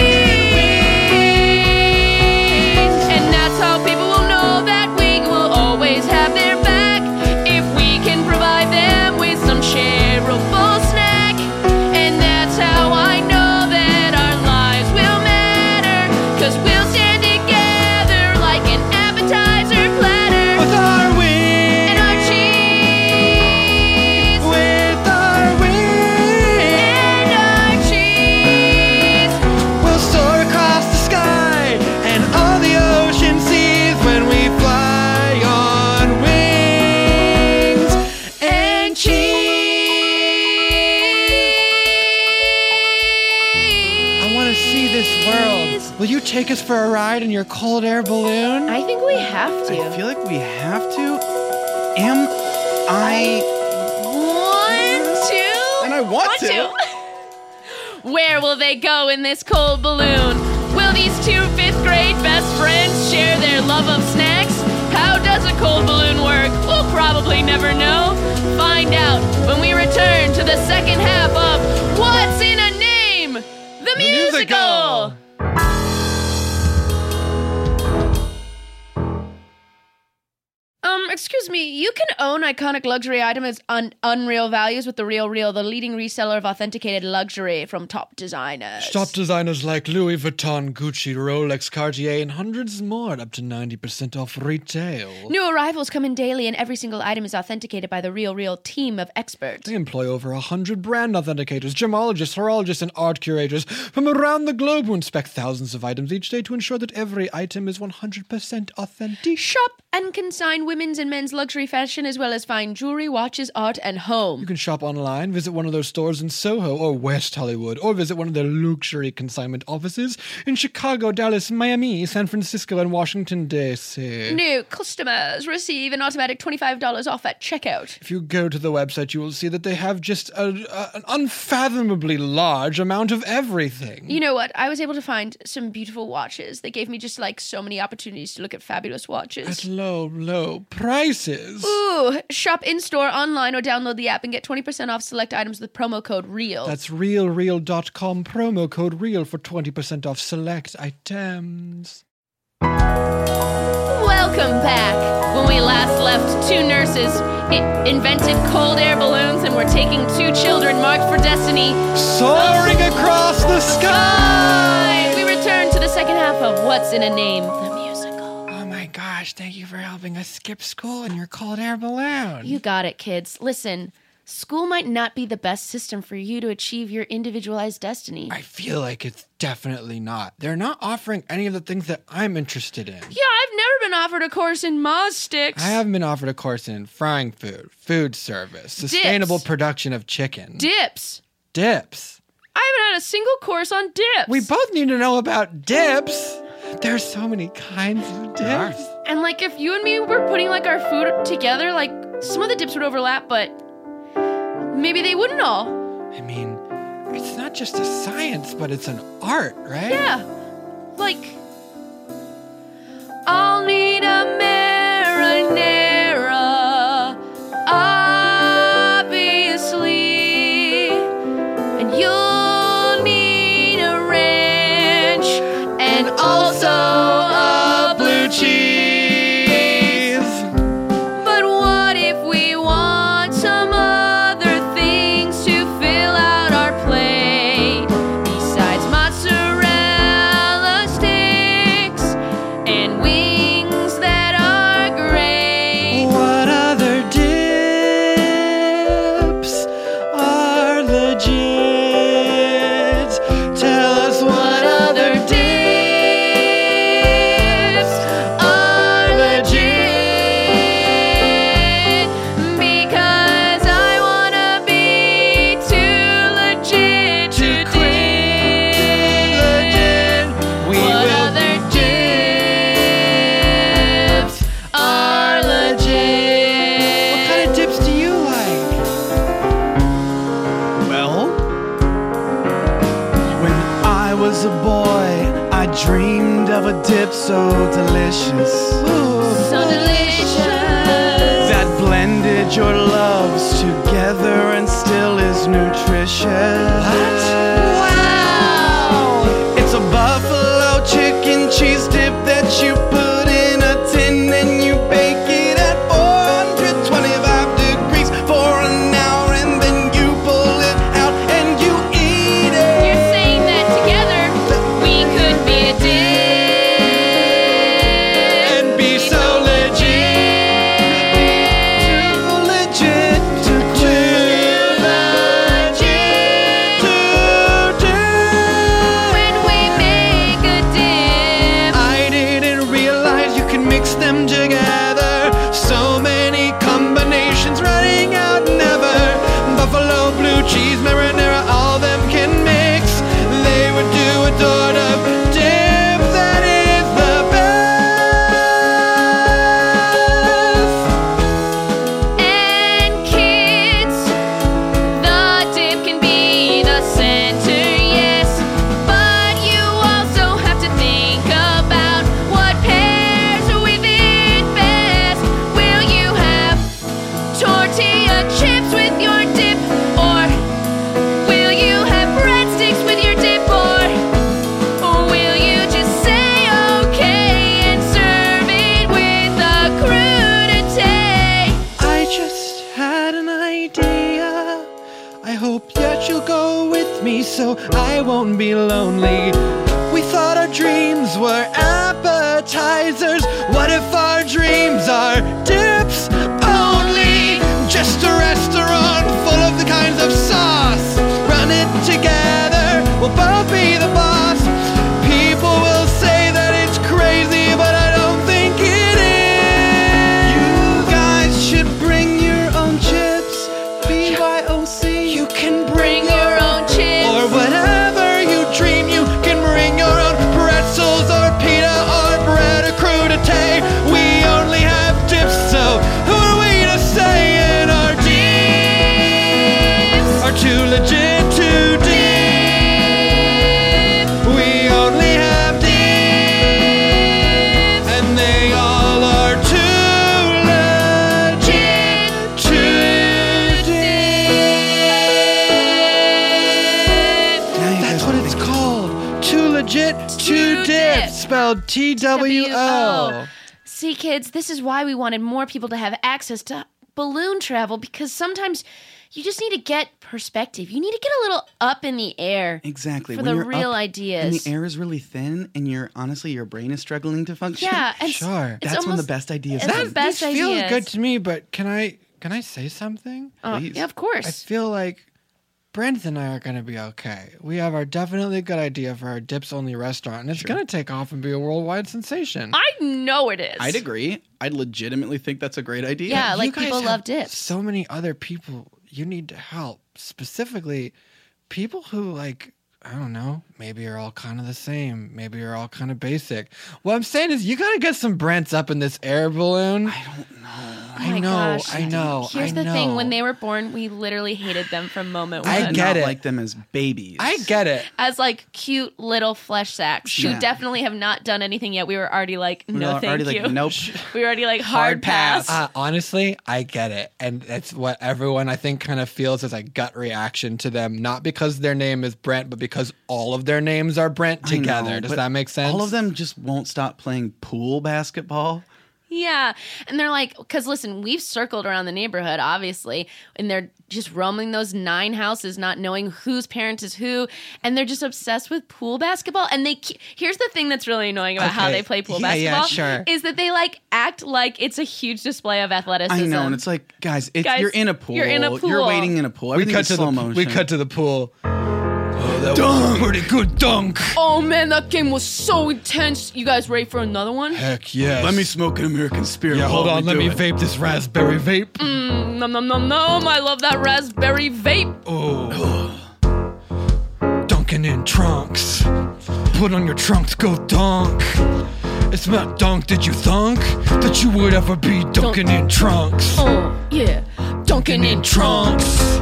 [SPEAKER 7] And that's how people will know that we will always have their back if we can provide them with some shareable snack. And that's how I know that our lives will matter, cause we'll stand together like an appetizer platter.
[SPEAKER 6] With our wings.
[SPEAKER 7] And our cheese.
[SPEAKER 6] With our wings.
[SPEAKER 7] And our cheese.
[SPEAKER 6] We'll soar across the sky and all the ocean seas when we fly on wings and cheese. I want to see this world. Will you take us for a ride in your cold air balloon?
[SPEAKER 7] I think we have to.
[SPEAKER 6] I feel like we have to. Am I?
[SPEAKER 7] One, two,
[SPEAKER 6] And I want
[SPEAKER 7] one,
[SPEAKER 6] to.
[SPEAKER 7] two. Where will they go in this cold balloon? Will these two fifth grade best friends share their love of snacks? How does a cold balloon work? We'll probably never know. Find out when we return to the second half of What's in a Name? The, musical.
[SPEAKER 6] musical.
[SPEAKER 7] Um, excuse me, you can own iconic luxury item as un- unreal values with The Real Real, the leading reseller of authenticated luxury from top designers.
[SPEAKER 5] Top designers like Louis Vuitton, Gucci, Rolex, Cartier, and hundreds more at up to 90% off retail.
[SPEAKER 7] New arrivals come in daily, and every single item is authenticated by the Real Real team of experts.
[SPEAKER 5] They employ over 100 brand authenticators, gemologists, horologists, and art curators from around the globe who inspect thousands of items each day to ensure that every item is 100% authentic.
[SPEAKER 7] Shop and consign women's and men's luxury fashion as well as fine jewelry, watches, art, and
[SPEAKER 5] You
[SPEAKER 7] home.
[SPEAKER 5] can shop online, visit one of their stores in Soho or West Hollywood, or visit one of their luxury consignment offices in Chicago, Dallas, Miami, San Francisco, and Washington, D.C.
[SPEAKER 7] New customers receive an automatic $25 off at checkout.
[SPEAKER 5] If you go to the website, you will see that they have just a, a, an unfathomably large amount of everything.
[SPEAKER 7] You know what? I was able to find some beautiful watches. They gave me just like so many opportunities to look at fabulous
[SPEAKER 5] At
[SPEAKER 7] watches.
[SPEAKER 5] low, low prices.
[SPEAKER 7] Ooh, shop in store, online, or download the app and get 20% off select items with promo code REAL.
[SPEAKER 5] That's realreal.com promo code real for 20% off select items.
[SPEAKER 7] Welcome back. When we last left, two nurses i- invented cold air balloons and were taking two children marked for destiny.
[SPEAKER 5] Soaring across the sky!
[SPEAKER 7] We return to the second half of What's in a Name, the musical.
[SPEAKER 5] Oh my gosh, thank you for helping us skip school in your cold air balloon.
[SPEAKER 7] You got it, kids. Listen, school might not be the best system for you to achieve your individualized destiny.
[SPEAKER 5] I feel like it's definitely not. They're not offering any of the things that I'm interested in.
[SPEAKER 7] Yeah, I've never been offered a course in Moz Sticks.
[SPEAKER 5] I haven't been offered a course in frying food, food service, sustainable
[SPEAKER 7] Dips.
[SPEAKER 5] production of chicken,
[SPEAKER 7] Dips.
[SPEAKER 5] dips.
[SPEAKER 7] I haven't had a single course on dips.
[SPEAKER 5] We both need to know about dips. There's so many kinds of dips.
[SPEAKER 7] And like if you and me were putting like our food together, like some of the dips would overlap, but maybe they wouldn't all.
[SPEAKER 5] I mean, it's not just a science, but it's an art, right?
[SPEAKER 7] Yeah. Like I'll need a marinara obviously and you'll need a ranch and also a blue
[SPEAKER 5] cheese.
[SPEAKER 7] But what if we want some other things to fill out our plate? Besides mozzarella sticks and wings
[SPEAKER 6] dreamed of a dip so delicious.
[SPEAKER 7] So delicious.
[SPEAKER 6] that blended your loves together and still is nutritious. Wow! It's a buffalo chicken cheese dip that you put in a tin and you bake it at 425 degrees for an hour and then you pull it out and you eat it.
[SPEAKER 7] You're saying that together we could be a dick.
[SPEAKER 5] And be so legit.
[SPEAKER 6] Too legit to quit. To do.
[SPEAKER 7] When we make a dip,
[SPEAKER 5] I didn't realize you could mix them together. So many combinations running out never. Buffalo blue cheese marinara, all them can mix. They would do a sort of dip that is the best.
[SPEAKER 7] and kids, the dip can be the center, yes. But you also have to think about what pairs with it best. Will you have tortilla chips with your dip, or will you have breadsticks with your dip, or will you just say okay and serve it with a crudité?
[SPEAKER 5] I just had an idea. I hope that you'll go with me so I won't be lonely. We thought our dreams were appetizers. What if our dreams are dips only? Just a restaurant full of the kinds of sauce. Run it together, we'll both be the boss. People will say that it's crazy, but I don't think it is.
[SPEAKER 6] You guys should bring your own chips. BYOC. You can
[SPEAKER 7] Bring your own chips.
[SPEAKER 5] Or whatever you dream, you can bring your own pretzels or pita or bread or crudité. We only have dips, so who are we to say in our dips are too legit to dip? We only have dips, and they all are too legit to dip. That's what it's called. Too legit to
[SPEAKER 7] Too dip.
[SPEAKER 5] dip. Spelled T W O.
[SPEAKER 7] See, kids, this is why we wanted more people to have access to balloon travel because sometimes you just need to get perspective. You need to get a little up in the air.
[SPEAKER 6] Exactly.
[SPEAKER 7] For
[SPEAKER 6] when
[SPEAKER 7] the
[SPEAKER 6] you're
[SPEAKER 7] real
[SPEAKER 6] up And
[SPEAKER 7] ideas.
[SPEAKER 6] the air is really thin, and you're honestly your brain is struggling to function.
[SPEAKER 7] Yeah, and s-
[SPEAKER 5] Sure.
[SPEAKER 7] it's
[SPEAKER 6] That's when the
[SPEAKER 7] almost-
[SPEAKER 6] best ideas.
[SPEAKER 7] it's
[SPEAKER 6] come.
[SPEAKER 7] the best
[SPEAKER 5] this feels
[SPEAKER 7] ideas.
[SPEAKER 5] good to me, but can I can I say something?
[SPEAKER 7] Oh,
[SPEAKER 6] please.
[SPEAKER 7] yeah, of
[SPEAKER 5] I
[SPEAKER 7] course.
[SPEAKER 5] feel like Brent and I are gonna be okay. We have our definitely good idea for our dips only restaurant, and it's gonna take off and be a worldwide sensation.
[SPEAKER 7] I know it is.
[SPEAKER 6] I'd agree. I legitimately think that's a great idea.
[SPEAKER 7] Yeah,
[SPEAKER 5] You
[SPEAKER 7] like
[SPEAKER 5] guys
[SPEAKER 7] people
[SPEAKER 5] have
[SPEAKER 7] love dips.
[SPEAKER 5] So many other people you need to help, specifically people who like I don't know, maybe are all kind of the same, maybe are all kind of basic. What I'm saying is you got to get some brands up in this air balloon. I don't know. I
[SPEAKER 7] Oh my
[SPEAKER 5] know.
[SPEAKER 7] gosh.
[SPEAKER 5] I know.
[SPEAKER 7] Here's
[SPEAKER 5] I
[SPEAKER 7] the thing: when
[SPEAKER 5] know.
[SPEAKER 7] they were born, we literally hated them from moment one.
[SPEAKER 5] I
[SPEAKER 6] I
[SPEAKER 5] get
[SPEAKER 6] not
[SPEAKER 5] it.
[SPEAKER 6] like them as babies.
[SPEAKER 5] I get it.
[SPEAKER 7] as like cute little flesh sacks
[SPEAKER 6] Sure.
[SPEAKER 7] who definitely have not done anything yet. We were already like,
[SPEAKER 6] We were
[SPEAKER 7] no, thank
[SPEAKER 6] already
[SPEAKER 7] you.
[SPEAKER 6] like, nope.
[SPEAKER 7] We were already like hard,
[SPEAKER 6] Hard pass.
[SPEAKER 5] Uh,
[SPEAKER 7] pass.
[SPEAKER 5] honestly, I get it. And that's what everyone I think kind of feels as a gut reaction to them, not because their name is Brent, but because all of their names are Brent
[SPEAKER 6] I know,
[SPEAKER 5] together. Does
[SPEAKER 6] but
[SPEAKER 5] that make sense?
[SPEAKER 6] All of them just won't stop playing pool basketball.
[SPEAKER 7] Yeah. And they're like, because listen, we've circled around the neighborhood, obviously, and they're just roaming those nine houses, not knowing whose parent is who. And they're just obsessed with pool basketball. And they, ke- here's the thing that's really annoying about how
[SPEAKER 5] Okay.
[SPEAKER 7] they play pool
[SPEAKER 5] Yeah, yeah,
[SPEAKER 7] basketball
[SPEAKER 5] sure.
[SPEAKER 7] is that they like act like it's a huge display of athleticism.
[SPEAKER 6] I know, and it's like, guys, it's,
[SPEAKER 7] Guys,
[SPEAKER 6] you're in a pool.
[SPEAKER 7] you're in a
[SPEAKER 6] You're
[SPEAKER 7] pool.
[SPEAKER 6] waiting in a pool.
[SPEAKER 5] we
[SPEAKER 6] Everything
[SPEAKER 5] cut
[SPEAKER 6] is
[SPEAKER 5] to
[SPEAKER 6] slow
[SPEAKER 5] the
[SPEAKER 6] motion.
[SPEAKER 5] we cut to the pool. Oh, that was a pretty good dunk.
[SPEAKER 7] oh man, that game was so intense. You guys ready for another one?
[SPEAKER 5] Heck yes.
[SPEAKER 6] Let me smoke an American spirit.
[SPEAKER 5] Yeah,
[SPEAKER 6] while
[SPEAKER 5] hold
[SPEAKER 6] we
[SPEAKER 5] on. Let
[SPEAKER 6] do
[SPEAKER 5] me
[SPEAKER 6] it.
[SPEAKER 5] vape this raspberry vape.
[SPEAKER 7] Nom nom nom nom. I love that raspberry vape.
[SPEAKER 5] Dunking Oh. in trunks. Put on your trunks, go dunk. It's not dunk, did you thunk? That you would ever be dunking in trunks.
[SPEAKER 7] Oh, yeah. Dunking in trunks.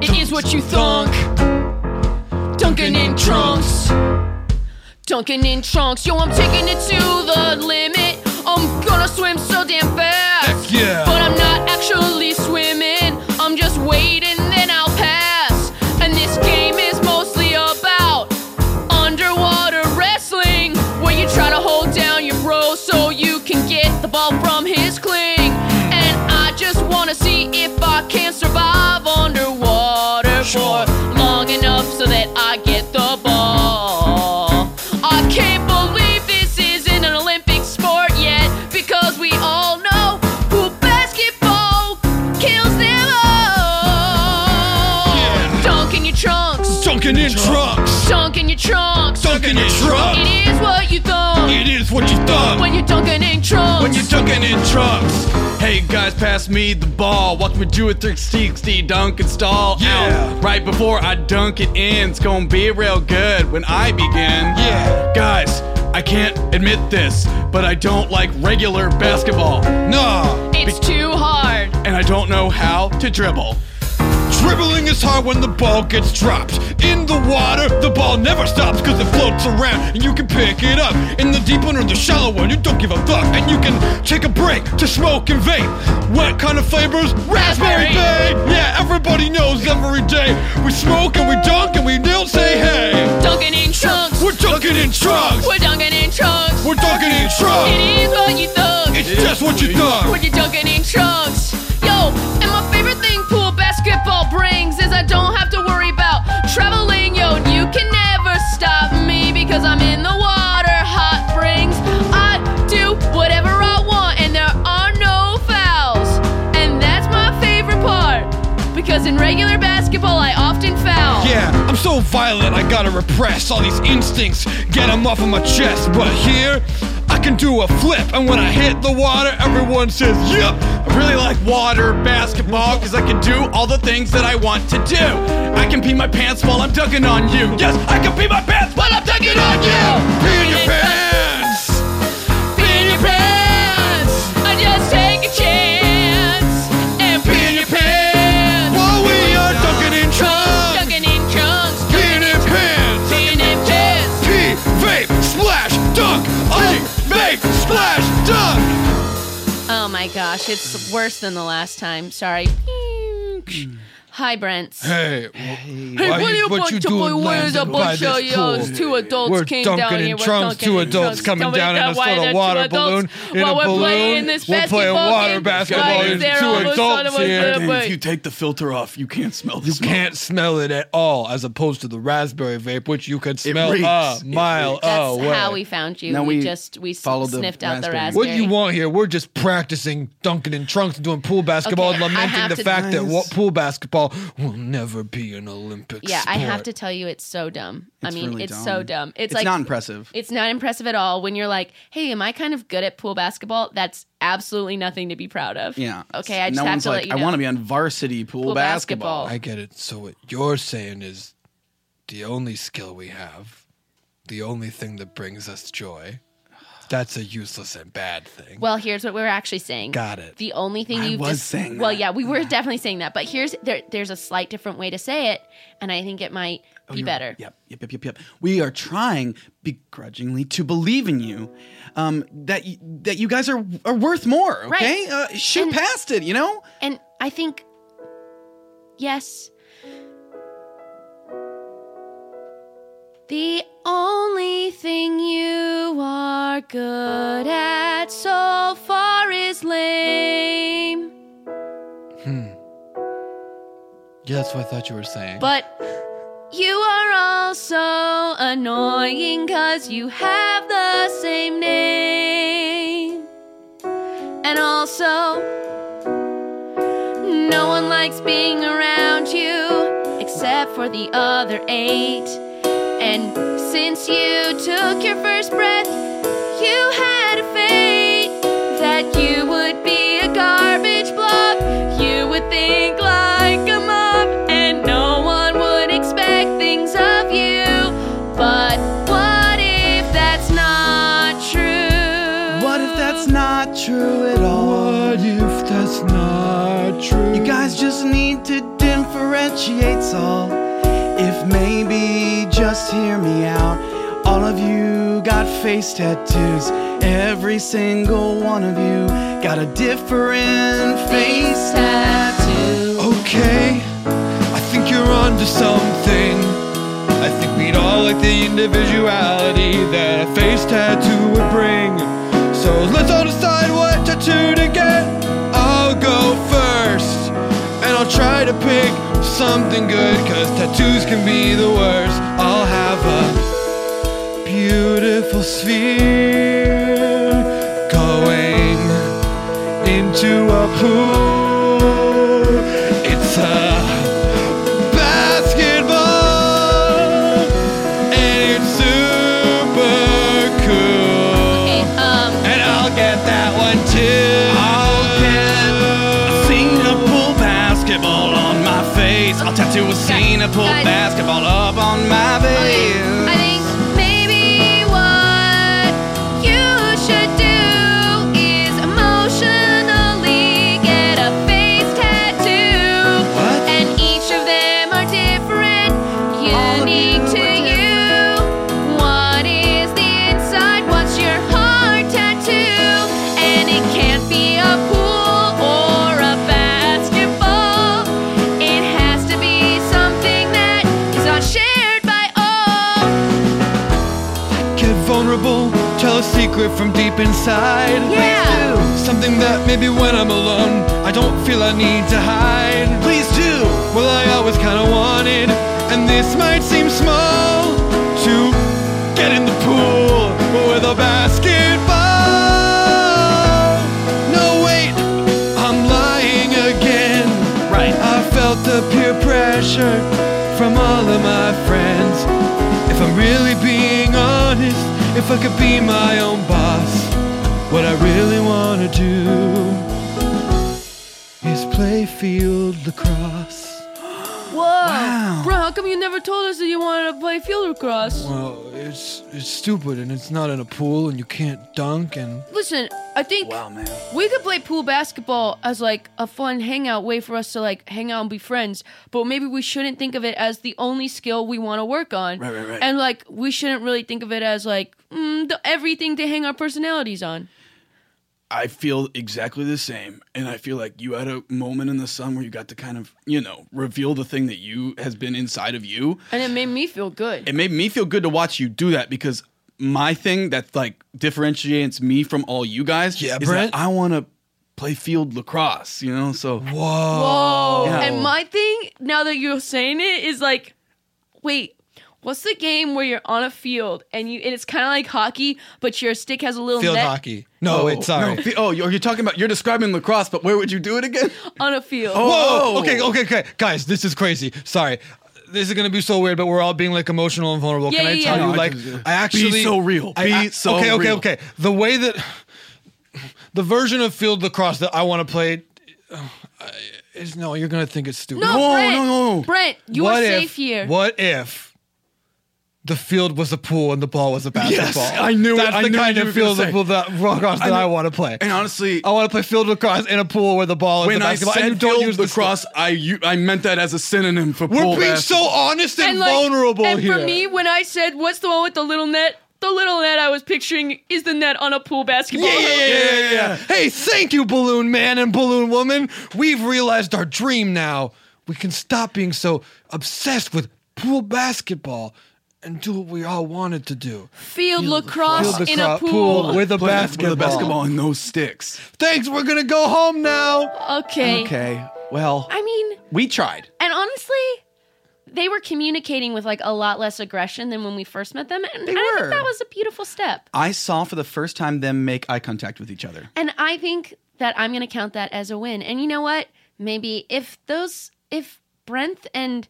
[SPEAKER 7] It is what you thunk. Dunking in trunks. Dunking in trunks, yo, I'm taking it to the limit. I'm gonna swim so damn fast.
[SPEAKER 8] Heck yeah.
[SPEAKER 7] But I'm not actually swimming, I'm just waiting, then I'll pass. And this game is mostly about underwater wrestling, where you try to hold down your bro so you can get the ball from his cling. And I just wanna see if I can survive underwater
[SPEAKER 8] Sure.
[SPEAKER 7] for long enough so that I get the ball. I can't believe this isn't an Olympic sport yet because we all know who basketball kills them all.
[SPEAKER 8] Yeah.
[SPEAKER 7] Dunk in your trunks,
[SPEAKER 8] Dunking in trucks.
[SPEAKER 7] dunk in your trunks.
[SPEAKER 8] Dunking in trucks.
[SPEAKER 7] It is what you thunk
[SPEAKER 8] It is what you thought.
[SPEAKER 7] when you're dunking in
[SPEAKER 8] When you're
[SPEAKER 7] trunks.
[SPEAKER 8] dunking in trucks. Hey guys, pass me the ball. Watch me do a 360 dunk and stall
[SPEAKER 5] Yeah.
[SPEAKER 8] out. Right before I dunk it in, it's gonna be real good when I begin.
[SPEAKER 5] Yeah.
[SPEAKER 8] Guys, I can't admit this, but I don't like regular basketball.
[SPEAKER 5] Nah,
[SPEAKER 7] It's too hard.
[SPEAKER 8] And I don't know how to dribble.
[SPEAKER 5] dribbling is hard when the ball gets dropped. In the water, the ball never stops because it floats around and you can pick it up. In the deep one or the shallow one, you don't give a fuck and you can take a break to smoke and vape. What kind of flavors? Raspberry
[SPEAKER 7] Raspberry.
[SPEAKER 5] babe! Yeah, everybody knows every day. We smoke and we dunk and we don't say
[SPEAKER 6] Uh,
[SPEAKER 5] hey.
[SPEAKER 7] Dunking in trunks,
[SPEAKER 5] We're dunking in trucks!
[SPEAKER 7] we're dunking in trunks.
[SPEAKER 5] We're dunking in
[SPEAKER 7] It
[SPEAKER 5] trucks!
[SPEAKER 7] is what you thunk.
[SPEAKER 5] It's just what you thought!
[SPEAKER 7] when you're dunking in trunks. Yo, and my favorite thing pool basketball brings is I don't have to worry about traveling. Yo, and you can never stop me because I'm in the water, hot springs. I do whatever I want, and there are no fouls. And that's my favorite part because in regular basketball, I often foul.
[SPEAKER 5] Yeah, I'm so violent, I gotta repress all these instincts, get them off of my chest. But here, I can do a flip, and when I hit the water, everyone says, Yep!
[SPEAKER 8] I really like water basketball because I can do all the things that I want to do. I can pee my pants while I'm dunking on you. Yes, I can pee my pants while I'm dunking on you.
[SPEAKER 5] Pee in your pants!
[SPEAKER 7] Pee in your pants. I just take a chance and pee in your pants.
[SPEAKER 5] While we are dunking in trunks!
[SPEAKER 7] Dunking in trunks.
[SPEAKER 5] Pee in your pants!
[SPEAKER 7] Pee in your pants.
[SPEAKER 5] Pee, vape, splash, dunk! I vape, splash, dunk!
[SPEAKER 7] Oh my gosh, it's worse than the last time. Sorry. Hi, Brent.
[SPEAKER 5] Hey,
[SPEAKER 7] Hey,
[SPEAKER 5] why
[SPEAKER 7] what
[SPEAKER 5] you-
[SPEAKER 7] are a
[SPEAKER 5] what
[SPEAKER 7] bunch
[SPEAKER 5] you
[SPEAKER 7] of
[SPEAKER 5] doing
[SPEAKER 7] boys? What is a
[SPEAKER 5] landing
[SPEAKER 7] bunch
[SPEAKER 5] by
[SPEAKER 7] of
[SPEAKER 5] this
[SPEAKER 7] y'all?
[SPEAKER 5] pool?
[SPEAKER 7] Two adults
[SPEAKER 5] We're
[SPEAKER 7] came
[SPEAKER 5] dunking
[SPEAKER 7] down
[SPEAKER 5] in
[SPEAKER 7] here. We're
[SPEAKER 5] trunks,
[SPEAKER 7] dunking
[SPEAKER 5] two
[SPEAKER 7] in
[SPEAKER 5] adults
[SPEAKER 7] trunks.
[SPEAKER 5] coming
[SPEAKER 7] Somebody
[SPEAKER 5] down in
[SPEAKER 7] got
[SPEAKER 5] this
[SPEAKER 7] why
[SPEAKER 5] little
[SPEAKER 7] there are two
[SPEAKER 5] water
[SPEAKER 7] adults?
[SPEAKER 5] balloon, in
[SPEAKER 7] While
[SPEAKER 5] a
[SPEAKER 7] we're
[SPEAKER 5] balloon,
[SPEAKER 7] playing this
[SPEAKER 5] we're playing
[SPEAKER 7] basketball
[SPEAKER 5] water
[SPEAKER 7] game,
[SPEAKER 5] basketball,
[SPEAKER 7] why is
[SPEAKER 5] there's
[SPEAKER 7] there
[SPEAKER 5] two
[SPEAKER 7] all of a
[SPEAKER 5] adults
[SPEAKER 7] sudden
[SPEAKER 5] here.
[SPEAKER 7] there's a
[SPEAKER 5] Dang,
[SPEAKER 7] bunch-
[SPEAKER 8] If you take the filter off, you can't smell the
[SPEAKER 5] You
[SPEAKER 8] smoke.
[SPEAKER 5] can't smell it at all, as opposed to the raspberry vape, which you could smell
[SPEAKER 8] reeks.
[SPEAKER 5] a
[SPEAKER 8] It
[SPEAKER 5] mile
[SPEAKER 7] That's
[SPEAKER 5] away.
[SPEAKER 7] how we found you.
[SPEAKER 6] Now
[SPEAKER 7] we,
[SPEAKER 6] we
[SPEAKER 7] just we s-
[SPEAKER 6] followed the
[SPEAKER 7] sniffed out the
[SPEAKER 6] raspberry.
[SPEAKER 7] raspberry.
[SPEAKER 5] what do you want here? We're just practicing dunking in trunks and doing pool basketball,
[SPEAKER 7] Okay,
[SPEAKER 5] and
[SPEAKER 7] I
[SPEAKER 5] lamenting
[SPEAKER 7] have
[SPEAKER 5] the
[SPEAKER 7] to-
[SPEAKER 5] fact that what pool basketball will never be an Olympic
[SPEAKER 7] Yeah,
[SPEAKER 5] sport.
[SPEAKER 7] I have to tell you, it's so dumb. I
[SPEAKER 6] It's
[SPEAKER 7] mean,
[SPEAKER 6] really
[SPEAKER 7] it's so dumb. It's, like
[SPEAKER 6] not impressive.
[SPEAKER 7] It's not impressive at all when you're like, "Hey, am I kind of good at pool basketball?" That's absolutely nothing to be proud of.
[SPEAKER 6] Yeah.
[SPEAKER 7] Okay, I just
[SPEAKER 6] no
[SPEAKER 7] have
[SPEAKER 6] one's
[SPEAKER 7] to
[SPEAKER 6] like,
[SPEAKER 7] let you know.
[SPEAKER 6] I want to be on varsity pool,
[SPEAKER 7] Pool
[SPEAKER 6] basketball.
[SPEAKER 7] basketball.
[SPEAKER 5] I get it. So what you're saying is the only skill we have, the only thing that brings us joy, that's a useless and bad thing.
[SPEAKER 7] Well, here's what we were actually saying.
[SPEAKER 5] Got it.
[SPEAKER 7] The only thing you
[SPEAKER 6] was saying
[SPEAKER 7] Well,
[SPEAKER 6] that.
[SPEAKER 7] yeah, we were definitely saying that, but here's there. There's a slight different way to say it, and I think it might be
[SPEAKER 6] Oh, you're
[SPEAKER 7] better.
[SPEAKER 6] Yep, yep, yep, yep, yep. We are trying begrudgingly to believe in you, um, that y- that you guys are are worth more. Okay,
[SPEAKER 7] Right.
[SPEAKER 6] uh, shoot
[SPEAKER 7] And-
[SPEAKER 6] past it. You know,
[SPEAKER 7] And I think, yes, the only thing you are good at so far is lame.
[SPEAKER 5] yeah, that's what I thought you were saying.
[SPEAKER 7] But you are also annoying because you have the same name. And also, no one likes being around you except for the other eight. And since you took your first breath, you had a fate that you would be a garbage block. You would think like a mob, and no one would expect things of you. But what if that's not true?
[SPEAKER 6] what if that's not true at all?
[SPEAKER 5] what if that's not true?
[SPEAKER 6] You guys just need to differentiate all. If maybe just hear me out, all of you got face tattoos. Every single one of you got a different face tattoo.
[SPEAKER 5] Okay, I think you're onto something. I think we'd all like the individuality that a face tattoo would bring. So let's all decide what tattoo to get. I'll go first, and I'll try to pick something good, cause tattoos can be the worst. I'll have a beautiful sphere going into a pool. It's a basketball, and it's super cool.
[SPEAKER 7] Okay, um,
[SPEAKER 5] And I'll get that one too.
[SPEAKER 6] I'll get a Singapore basketball on my face. I'll tattoo a Singapore
[SPEAKER 7] guys.
[SPEAKER 6] basketball up on my
[SPEAKER 7] okay,
[SPEAKER 6] face.
[SPEAKER 7] I think maybe what you should do is emotionally get a face tattoo.
[SPEAKER 6] What?
[SPEAKER 7] And each of them are different,
[SPEAKER 6] All of
[SPEAKER 7] unique
[SPEAKER 6] you
[SPEAKER 7] to
[SPEAKER 6] are
[SPEAKER 7] you. One is the inside, what's your heart tattoo? And it can't be a pool or a basketball. It has to be something that is not shared by all.
[SPEAKER 5] Get vulnerable, tell a secret from deep inside.
[SPEAKER 7] Yeah.
[SPEAKER 5] Something that maybe when I'm alone, I don't feel I need to hide.
[SPEAKER 6] Please do.
[SPEAKER 5] Well, I always kinda wanted, and this might seem small, to get in the pool with a basketball. No, wait, I'm lying again.
[SPEAKER 6] Right.
[SPEAKER 5] I felt the peer pressure from all of my friends. If I'm really being honest, if I could be my own boss, what I really wanna do is play field lacrosse.
[SPEAKER 7] Whoa. Bro, how come you never told us that you wanted to play field lacrosse?
[SPEAKER 5] Well, it's it's stupid, and it's not in a pool, and you can't dunk, and
[SPEAKER 7] Listen, I think
[SPEAKER 4] Wow, man.
[SPEAKER 7] we could play pool basketball as like a fun hangout way for us to like hang out and be friends, but maybe we shouldn't think of it as the only skill we want to work on.
[SPEAKER 4] Right, right, right.
[SPEAKER 7] And like we shouldn't really think of it as like mm, the, everything to hang our personalities on.
[SPEAKER 4] I feel exactly the same, and I feel like you had a moment in the sun where you got to kind of, you know, reveal the thing that you has been inside of you.
[SPEAKER 7] And it made me feel good.
[SPEAKER 4] It made me feel good to watch you do that because my thing that like differentiates me from all you guys,
[SPEAKER 5] Yeah,
[SPEAKER 4] is
[SPEAKER 5] Brent?
[SPEAKER 4] that I want to play field lacrosse, you know. So
[SPEAKER 5] Oh.
[SPEAKER 7] Whoa.
[SPEAKER 4] Yeah.
[SPEAKER 7] And my thing now that you're saying it is like wait, what's the game where you're on a field and you and it's kind of like hockey, but your stick has a little
[SPEAKER 5] field
[SPEAKER 7] net
[SPEAKER 5] hockey. No, wait, sorry.
[SPEAKER 4] No, fi- oh, you're, you're talking about you're describing lacrosse, but where would you do it again?
[SPEAKER 7] on a field?
[SPEAKER 4] Oh,
[SPEAKER 5] Whoa! Oh, Okay, okay, okay, guys, this is crazy. Sorry, this is gonna be so weird, but we're all being like emotional and vulnerable.
[SPEAKER 7] Yeah,
[SPEAKER 5] Can I
[SPEAKER 7] yeah,
[SPEAKER 5] tell
[SPEAKER 7] yeah.
[SPEAKER 5] you,
[SPEAKER 7] No, I
[SPEAKER 5] like,
[SPEAKER 4] can-
[SPEAKER 5] I actually
[SPEAKER 4] Be so real.
[SPEAKER 5] I-
[SPEAKER 4] Be
[SPEAKER 5] I-
[SPEAKER 4] so
[SPEAKER 5] okay, okay,
[SPEAKER 4] real.
[SPEAKER 5] okay. The way that the version of field lacrosse that I want to play uh, is no, you're gonna think it's stupid.
[SPEAKER 7] No,
[SPEAKER 4] No,
[SPEAKER 7] Brent.
[SPEAKER 4] no, no.
[SPEAKER 7] Brent, you
[SPEAKER 5] what
[SPEAKER 7] are
[SPEAKER 5] if,
[SPEAKER 7] safe here.
[SPEAKER 5] What if the field was a pool and the ball was a basketball?
[SPEAKER 4] I knew it.
[SPEAKER 5] That's
[SPEAKER 4] I
[SPEAKER 5] the
[SPEAKER 4] knew
[SPEAKER 5] kind
[SPEAKER 4] you
[SPEAKER 5] of
[SPEAKER 4] were
[SPEAKER 5] field
[SPEAKER 4] gonna say.
[SPEAKER 5] lacrosse that, lacrosse that I, want to play.
[SPEAKER 4] And honestly,
[SPEAKER 5] I want to play field lacrosse in a pool where Oh, the ball is
[SPEAKER 4] when
[SPEAKER 5] a
[SPEAKER 4] I
[SPEAKER 5] basketball. and you
[SPEAKER 4] said
[SPEAKER 5] don't
[SPEAKER 4] field
[SPEAKER 5] use the
[SPEAKER 4] lacrosse, I u- I meant that as a synonym for
[SPEAKER 5] We're
[SPEAKER 4] pool
[SPEAKER 5] being
[SPEAKER 4] basketball.
[SPEAKER 5] so honest and,
[SPEAKER 7] like,
[SPEAKER 5] vulnerable
[SPEAKER 7] and
[SPEAKER 5] here.
[SPEAKER 7] for me, when I said, "What's the one with the little net?" The little net I was picturing is the net on a pool basketball.
[SPEAKER 5] yeah, yeah, yeah, yeah, yeah, yeah. Hey, thank you, Balloon Man and Balloon Woman. We've realized our dream now. We can stop being so obsessed with pool basketball and do what we all wanted to do.
[SPEAKER 7] Field, lacrosse
[SPEAKER 5] Field
[SPEAKER 7] in a
[SPEAKER 5] lacrosse
[SPEAKER 7] pool.
[SPEAKER 5] with a
[SPEAKER 4] Play
[SPEAKER 5] basketball.
[SPEAKER 4] With a basketball and those sticks.
[SPEAKER 5] Thanks, we're gonna go home now.
[SPEAKER 7] okay.
[SPEAKER 4] Okay. Well,
[SPEAKER 7] I mean,
[SPEAKER 4] we tried.
[SPEAKER 7] and honestly, they were communicating with like a lot less aggression than when we first met them, and I
[SPEAKER 4] were.
[SPEAKER 7] think that was a beautiful step.
[SPEAKER 4] I saw for the first time them make eye contact with each other.
[SPEAKER 7] And I think that I'm going to count that as a win. And you know what? Maybe if those, if Brent and,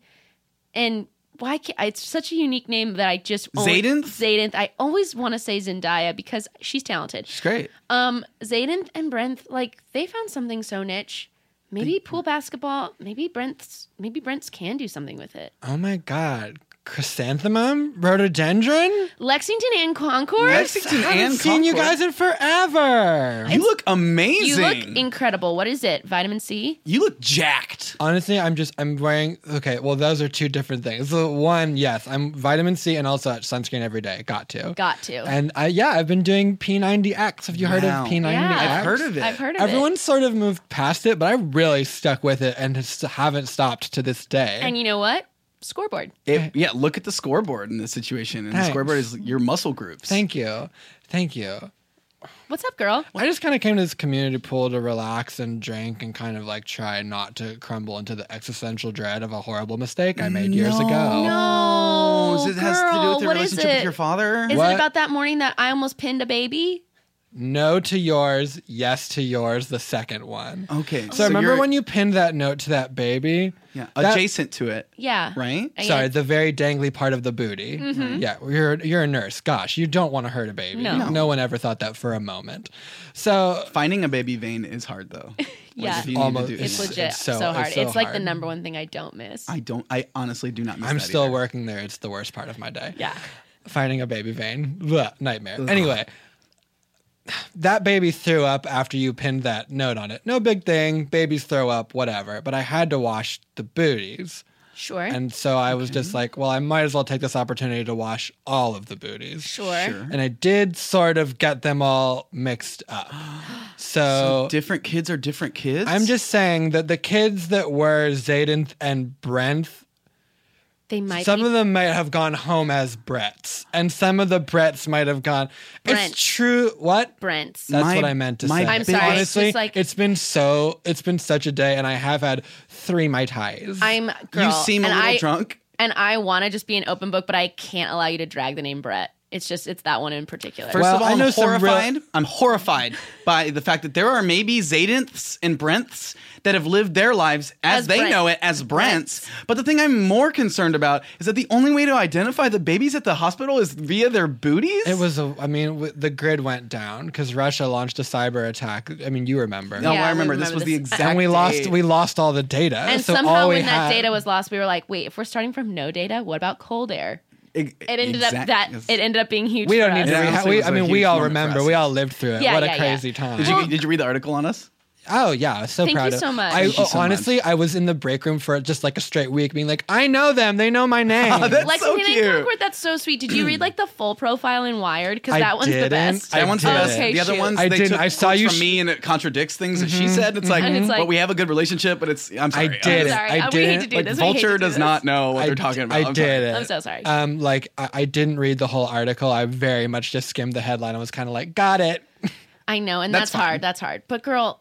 [SPEAKER 7] and why can't, it's such a unique name that I just. always-
[SPEAKER 4] Zaydinth?
[SPEAKER 7] Zaydinth. I always want to say Zendaya because she's talented.
[SPEAKER 4] It's great.
[SPEAKER 7] Um, Zaydinth and Brent, like, they found something so niche. Maybe pool basketball, maybe Brent's, maybe Brent's can do something with it.
[SPEAKER 5] Oh my god. chrysanthemum, rhododendron.
[SPEAKER 7] Lexington and Concord.
[SPEAKER 5] I
[SPEAKER 6] Lexington
[SPEAKER 5] haven't
[SPEAKER 6] and
[SPEAKER 5] seen you
[SPEAKER 6] Concord.
[SPEAKER 5] guys in forever.
[SPEAKER 6] You look amazing.
[SPEAKER 7] You look incredible. What is it? Vitamin C?
[SPEAKER 6] You look jacked.
[SPEAKER 5] Honestly, I'm just I'm wearing okay. Well, those are two different things. So one, yes, I'm vitamin C and also sunscreen every day. Got to.
[SPEAKER 7] Got to.
[SPEAKER 5] And I, yeah, I've been doing P90X. Have you heard of
[SPEAKER 6] Wow.
[SPEAKER 5] P90X?
[SPEAKER 7] Yeah.
[SPEAKER 6] I've heard of it.
[SPEAKER 7] I've heard of
[SPEAKER 5] Everyone
[SPEAKER 7] it.
[SPEAKER 5] sort of moved past it, but I really stuck with it and just haven't stopped to this day.
[SPEAKER 7] And you know what? Scoreboard.
[SPEAKER 6] It- yeah, look at the scoreboard in this situation. And
[SPEAKER 5] Thanks.
[SPEAKER 6] the scoreboard is your muscle groups.
[SPEAKER 5] Thank you. Thank you.
[SPEAKER 7] What's up, girl?
[SPEAKER 5] I just kind of came to this community pool to relax and drink and kind of like try not to crumble into the existential dread of a horrible mistake I made years ago.
[SPEAKER 7] No.
[SPEAKER 6] Oh, so it has to do
[SPEAKER 7] girl,
[SPEAKER 6] with your
[SPEAKER 7] what is
[SPEAKER 6] relationship
[SPEAKER 7] it?
[SPEAKER 6] with your father?
[SPEAKER 7] Is
[SPEAKER 5] What?
[SPEAKER 7] it about that morning that I almost pinned a baby?
[SPEAKER 5] No to yours, yes to yours, the second one.
[SPEAKER 6] Okay.
[SPEAKER 5] So, remember
[SPEAKER 6] you're-
[SPEAKER 5] when you pinned that note to that baby?
[SPEAKER 6] yeah,
[SPEAKER 5] That-
[SPEAKER 6] adjacent to it,
[SPEAKER 7] Yeah.
[SPEAKER 6] right?
[SPEAKER 7] I-
[SPEAKER 5] Sorry, the very dangly part of the booty. Yeah, you're you're a nurse. Gosh, you don't want to hurt a baby.
[SPEAKER 7] Mm-hmm. No. No.
[SPEAKER 5] one ever thought that for a moment. So
[SPEAKER 6] Finding a baby vein is hard though. Like,
[SPEAKER 7] Yeah.
[SPEAKER 6] if you need to
[SPEAKER 5] Almost-
[SPEAKER 6] do-
[SPEAKER 7] It's,
[SPEAKER 5] It's-
[SPEAKER 7] legit
[SPEAKER 5] it's so-
[SPEAKER 7] so,
[SPEAKER 5] it's
[SPEAKER 7] hard. It's,
[SPEAKER 5] so
[SPEAKER 7] like the
[SPEAKER 5] hard.
[SPEAKER 7] number one thing I don't miss.
[SPEAKER 6] I don't. I honestly do not. Miss
[SPEAKER 5] I'm
[SPEAKER 6] that
[SPEAKER 5] still
[SPEAKER 6] either.
[SPEAKER 5] working there. It's the worst part of my day.
[SPEAKER 7] yeah.
[SPEAKER 5] Finding a baby vein. Blech, nightmare. Anyway, that baby threw up after you pinned that note on it. No big thing. Babies throw up, whatever. But I had to wash the booties.
[SPEAKER 7] Sure.
[SPEAKER 5] And so I was just like, well, I might as well take this opportunity to wash all of the booties.
[SPEAKER 7] sure.
[SPEAKER 5] And I did sort of get them all mixed up. So,
[SPEAKER 6] Different kids are different kids.
[SPEAKER 5] I'm just saying that the kids that were Zayden and Brenth,
[SPEAKER 7] They might
[SPEAKER 5] some
[SPEAKER 7] be
[SPEAKER 5] of them might have gone home as Bretts, and some of the Bretts might have gone.
[SPEAKER 7] Brent.
[SPEAKER 5] It's true. What?
[SPEAKER 7] Brents.
[SPEAKER 5] That's
[SPEAKER 6] My-
[SPEAKER 5] what I meant to
[SPEAKER 6] my
[SPEAKER 5] say.
[SPEAKER 6] I'm
[SPEAKER 7] sorry, it's
[SPEAKER 5] Honestly,
[SPEAKER 7] just like-
[SPEAKER 5] it's been so. It's been such a day, and I have had three mai tais.
[SPEAKER 7] I'm girl.
[SPEAKER 6] you seem a
[SPEAKER 7] and
[SPEAKER 6] little
[SPEAKER 7] I-
[SPEAKER 6] drunk.
[SPEAKER 7] And I want to just be an open book, but I can't allow you to drag the name Brett. It's just it's that one in particular.
[SPEAKER 6] First
[SPEAKER 5] Well,
[SPEAKER 6] of all,
[SPEAKER 5] I know
[SPEAKER 6] I'm
[SPEAKER 5] some real-
[SPEAKER 6] horrified. I'm horrified by the fact that there are maybe Zadenths and Brents that have lived their lives as,
[SPEAKER 7] As
[SPEAKER 6] they
[SPEAKER 7] Brent-
[SPEAKER 6] know it as Brents. But the thing I'm more concerned about is that the only way to identify the babies at the hospital is via their booties.
[SPEAKER 5] It was a. I mean, w- the grid went down because Russia launched a cyber attack. I mean, you remember?
[SPEAKER 6] No,
[SPEAKER 7] Yeah,
[SPEAKER 6] I
[SPEAKER 7] we
[SPEAKER 6] remember. This
[SPEAKER 7] remember
[SPEAKER 6] was the
[SPEAKER 7] this.
[SPEAKER 6] exact.
[SPEAKER 5] and we lost.
[SPEAKER 6] day.
[SPEAKER 5] We lost all the data.
[SPEAKER 7] and
[SPEAKER 5] so
[SPEAKER 7] somehow
[SPEAKER 5] all we
[SPEAKER 7] when that
[SPEAKER 5] had-
[SPEAKER 7] data was lost, we were like, wait, if we're starting from no data, what about cold air?
[SPEAKER 6] It
[SPEAKER 7] It ended up that it ended up being huge.
[SPEAKER 5] we
[SPEAKER 7] for
[SPEAKER 5] don't need
[SPEAKER 7] us.
[SPEAKER 5] to.
[SPEAKER 6] Yeah,
[SPEAKER 5] reha-
[SPEAKER 6] honestly, it
[SPEAKER 5] we,
[SPEAKER 6] was
[SPEAKER 5] I
[SPEAKER 6] a
[SPEAKER 5] mean, we
[SPEAKER 6] huge
[SPEAKER 5] all
[SPEAKER 6] moment for
[SPEAKER 5] remember.
[SPEAKER 6] us.
[SPEAKER 5] We all lived through it.
[SPEAKER 7] Yeah,
[SPEAKER 5] what a
[SPEAKER 7] yeah, yeah.
[SPEAKER 5] crazy time!
[SPEAKER 6] Did you, did you read the article on us?
[SPEAKER 5] oh yeah, I was so
[SPEAKER 7] Thank
[SPEAKER 5] proud.
[SPEAKER 7] you
[SPEAKER 5] of-
[SPEAKER 7] so much.
[SPEAKER 5] I,
[SPEAKER 7] Thank
[SPEAKER 6] you
[SPEAKER 5] oh,
[SPEAKER 6] so much.
[SPEAKER 5] honestly, I was in the break room for just like a straight week, being like, I know them. They know my name.
[SPEAKER 6] that's so
[SPEAKER 7] Lexington
[SPEAKER 6] cute.
[SPEAKER 7] and Concord, that's so sweet. Did you read like the full profile in Wired? Because
[SPEAKER 5] I
[SPEAKER 7] that one's the
[SPEAKER 5] didn't.
[SPEAKER 7] best.
[SPEAKER 5] I
[SPEAKER 6] That one's the
[SPEAKER 5] didn't.
[SPEAKER 6] best.
[SPEAKER 7] Okay,
[SPEAKER 6] the other
[SPEAKER 7] shoot.
[SPEAKER 6] ones,
[SPEAKER 5] I
[SPEAKER 6] they
[SPEAKER 5] didn't.
[SPEAKER 6] took
[SPEAKER 5] I saw
[SPEAKER 6] quotes
[SPEAKER 5] you
[SPEAKER 6] from
[SPEAKER 5] sh- Mm-hmm.
[SPEAKER 6] me, and it contradicts things that she said. It's like,
[SPEAKER 7] And Mm-hmm. it's like-
[SPEAKER 6] but we have a good relationship. But it's, I'm
[SPEAKER 5] I
[SPEAKER 6] sorry, I'm
[SPEAKER 5] did it.
[SPEAKER 7] I'm sorry. Uh,
[SPEAKER 5] I
[SPEAKER 7] we hate to
[SPEAKER 5] didn't-
[SPEAKER 7] do
[SPEAKER 5] like,
[SPEAKER 7] this. We hate to
[SPEAKER 6] Vulture
[SPEAKER 7] do
[SPEAKER 6] does
[SPEAKER 7] this.
[SPEAKER 6] not know what
[SPEAKER 5] I
[SPEAKER 6] they're
[SPEAKER 5] d-
[SPEAKER 6] talking about.
[SPEAKER 5] I
[SPEAKER 6] I'm sorry.
[SPEAKER 5] did it.
[SPEAKER 7] I'm so sorry.
[SPEAKER 5] Um, like I, I didn't read the whole article. I very much just skimmed the headline. I was kind of like, got it.
[SPEAKER 7] I know, and that's,
[SPEAKER 6] That's
[SPEAKER 7] hard.
[SPEAKER 6] fine.
[SPEAKER 7] That's hard. But girl,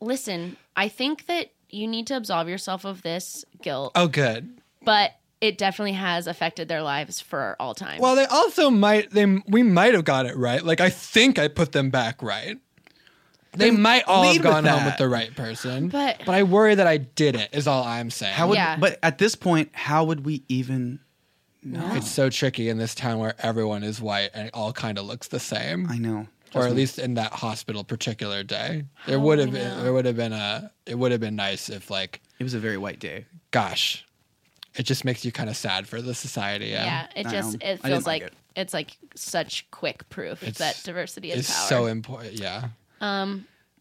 [SPEAKER 7] listen, I think that you need to absolve yourself of this guilt,
[SPEAKER 5] Oh, good.
[SPEAKER 7] but it definitely has affected their lives for all time.
[SPEAKER 5] Well, they also might. They we might have got it right. Like I think I put them back right. They might all
[SPEAKER 6] lead
[SPEAKER 5] have
[SPEAKER 6] with
[SPEAKER 5] gone home
[SPEAKER 6] that.
[SPEAKER 5] with the right person,
[SPEAKER 7] But-
[SPEAKER 5] but I worry that I did it. Is all I'm saying.
[SPEAKER 6] How would,
[SPEAKER 7] Yeah.
[SPEAKER 6] But at this point, how would we even?
[SPEAKER 5] it's so tricky in this town where everyone is white and it all kind of looks the same,
[SPEAKER 6] I know.
[SPEAKER 5] or at least in that hospital particular day.
[SPEAKER 7] Oh,
[SPEAKER 5] There would have been. There would have been a. It would have been nice if like,
[SPEAKER 6] It was a very white day.
[SPEAKER 5] gosh, it just makes you kind of sad for the society.
[SPEAKER 7] yeah, it
[SPEAKER 6] I
[SPEAKER 7] just
[SPEAKER 6] know.
[SPEAKER 7] it
[SPEAKER 6] I
[SPEAKER 7] feels
[SPEAKER 6] didn't like
[SPEAKER 7] like
[SPEAKER 6] it.
[SPEAKER 7] it's like such quick proof that diversity is
[SPEAKER 5] It's
[SPEAKER 7] power.
[SPEAKER 5] so important. Yeah.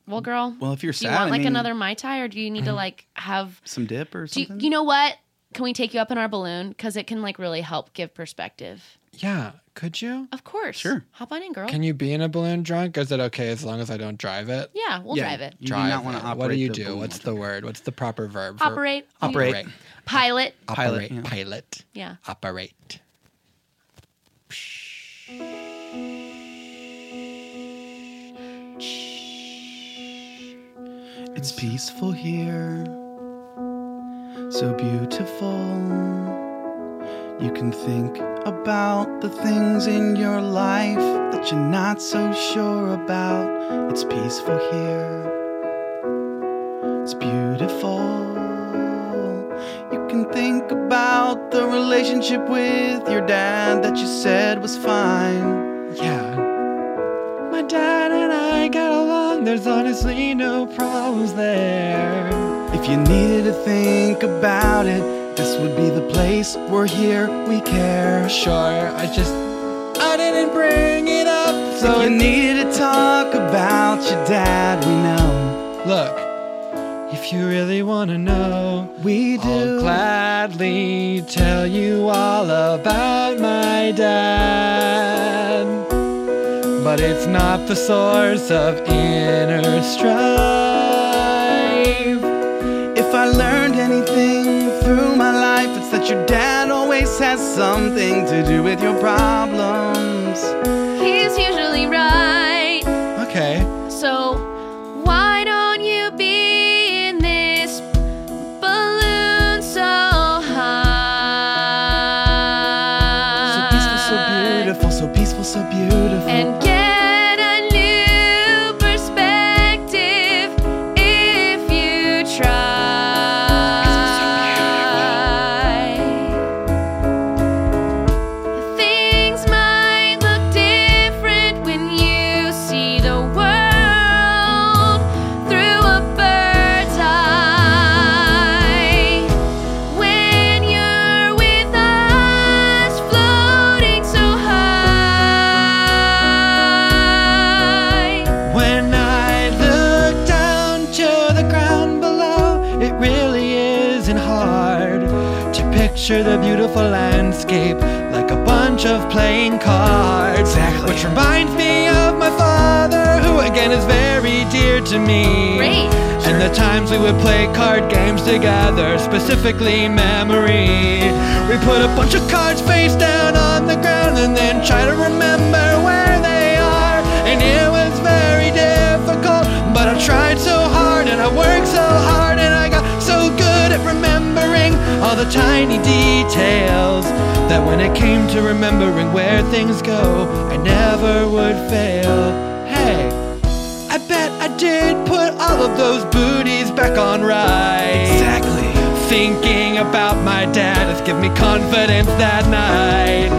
[SPEAKER 7] well, girl.
[SPEAKER 6] Well, if you're
[SPEAKER 7] do you
[SPEAKER 6] sad,
[SPEAKER 7] want
[SPEAKER 6] I
[SPEAKER 7] like
[SPEAKER 6] mean-
[SPEAKER 7] another mai tai, or do you need to like have?
[SPEAKER 6] Some dip or
[SPEAKER 7] Do you,
[SPEAKER 6] something.
[SPEAKER 7] you know what? Can we take you up in our balloon? Because it can like really help give perspective.
[SPEAKER 5] Yeah. Could you?
[SPEAKER 7] Of course.
[SPEAKER 6] Sure.
[SPEAKER 7] Hop on in, girl.
[SPEAKER 5] Can you be in a balloon drunk? Or is it okay as long as I don't drive it?
[SPEAKER 7] yeah, we'll
[SPEAKER 6] Yeah,
[SPEAKER 7] drive it.
[SPEAKER 6] you do
[SPEAKER 5] Drive
[SPEAKER 6] not want
[SPEAKER 5] it.
[SPEAKER 6] to operate.
[SPEAKER 5] What do you
[SPEAKER 6] the
[SPEAKER 5] do?
[SPEAKER 6] balloon
[SPEAKER 5] What's
[SPEAKER 6] motor.
[SPEAKER 5] the word? What's the proper verb? for-
[SPEAKER 7] Operate.
[SPEAKER 6] Operate.
[SPEAKER 5] Operate.
[SPEAKER 7] Pilot.
[SPEAKER 6] Pilot,
[SPEAKER 5] Operate.
[SPEAKER 6] yeah.
[SPEAKER 5] Pilot.
[SPEAKER 7] Yeah.
[SPEAKER 5] Operate.
[SPEAKER 6] It's peaceful here, so beautiful. You can think about the things in your life that you're not so sure about. It's peaceful here, it's beautiful. You can think about the relationship with your dad that you said was fine.
[SPEAKER 5] Yeah. My dad and I got along. There's honestly no problems there.
[SPEAKER 6] If you needed to think about it, This would be the place. We're here. We care.
[SPEAKER 5] Sure, I just I didn't bring it up. So
[SPEAKER 6] So you
[SPEAKER 5] it-
[SPEAKER 6] needed to talk about your dad. We know.
[SPEAKER 5] look, if you really wanna know,
[SPEAKER 6] We do.
[SPEAKER 7] Oh,
[SPEAKER 5] I'll gladly tell you all about my dad. But it's not the source of inner strife.
[SPEAKER 6] If I learned anything through my life, it's that your dad always has something to do with your problems.
[SPEAKER 4] He's usually right.
[SPEAKER 5] Okay.
[SPEAKER 4] So why don't you be in this balloon so
[SPEAKER 6] So
[SPEAKER 4] high?
[SPEAKER 6] peaceful, so
[SPEAKER 7] Uh,
[SPEAKER 6] beautiful, so peaceful, so beautiful.
[SPEAKER 4] And get a new perspective if you try. Things might look different when you see the world through a bird's eye. When you're with us, floating so high.
[SPEAKER 5] When I look down to the ground below, it really isn't hard to picture the beautiful landscape like a bunch of playing cards.
[SPEAKER 6] Exactly.
[SPEAKER 5] Which reminds me of my father, who again is very dear to me.
[SPEAKER 4] Great.
[SPEAKER 5] And the times we would play card games together, specifically memory. We put a bunch of cards face down on the ground and then try to remember where they are. And it was very difficult, but I tried so hard and I worked so hard and I got so good at remembering all the tiny details that when it came to remembering where things go, I never would fail. Hey. I bet I did put all of those booties back on right.
[SPEAKER 6] exactly.
[SPEAKER 5] Thinking about my dad has given me confidence that night.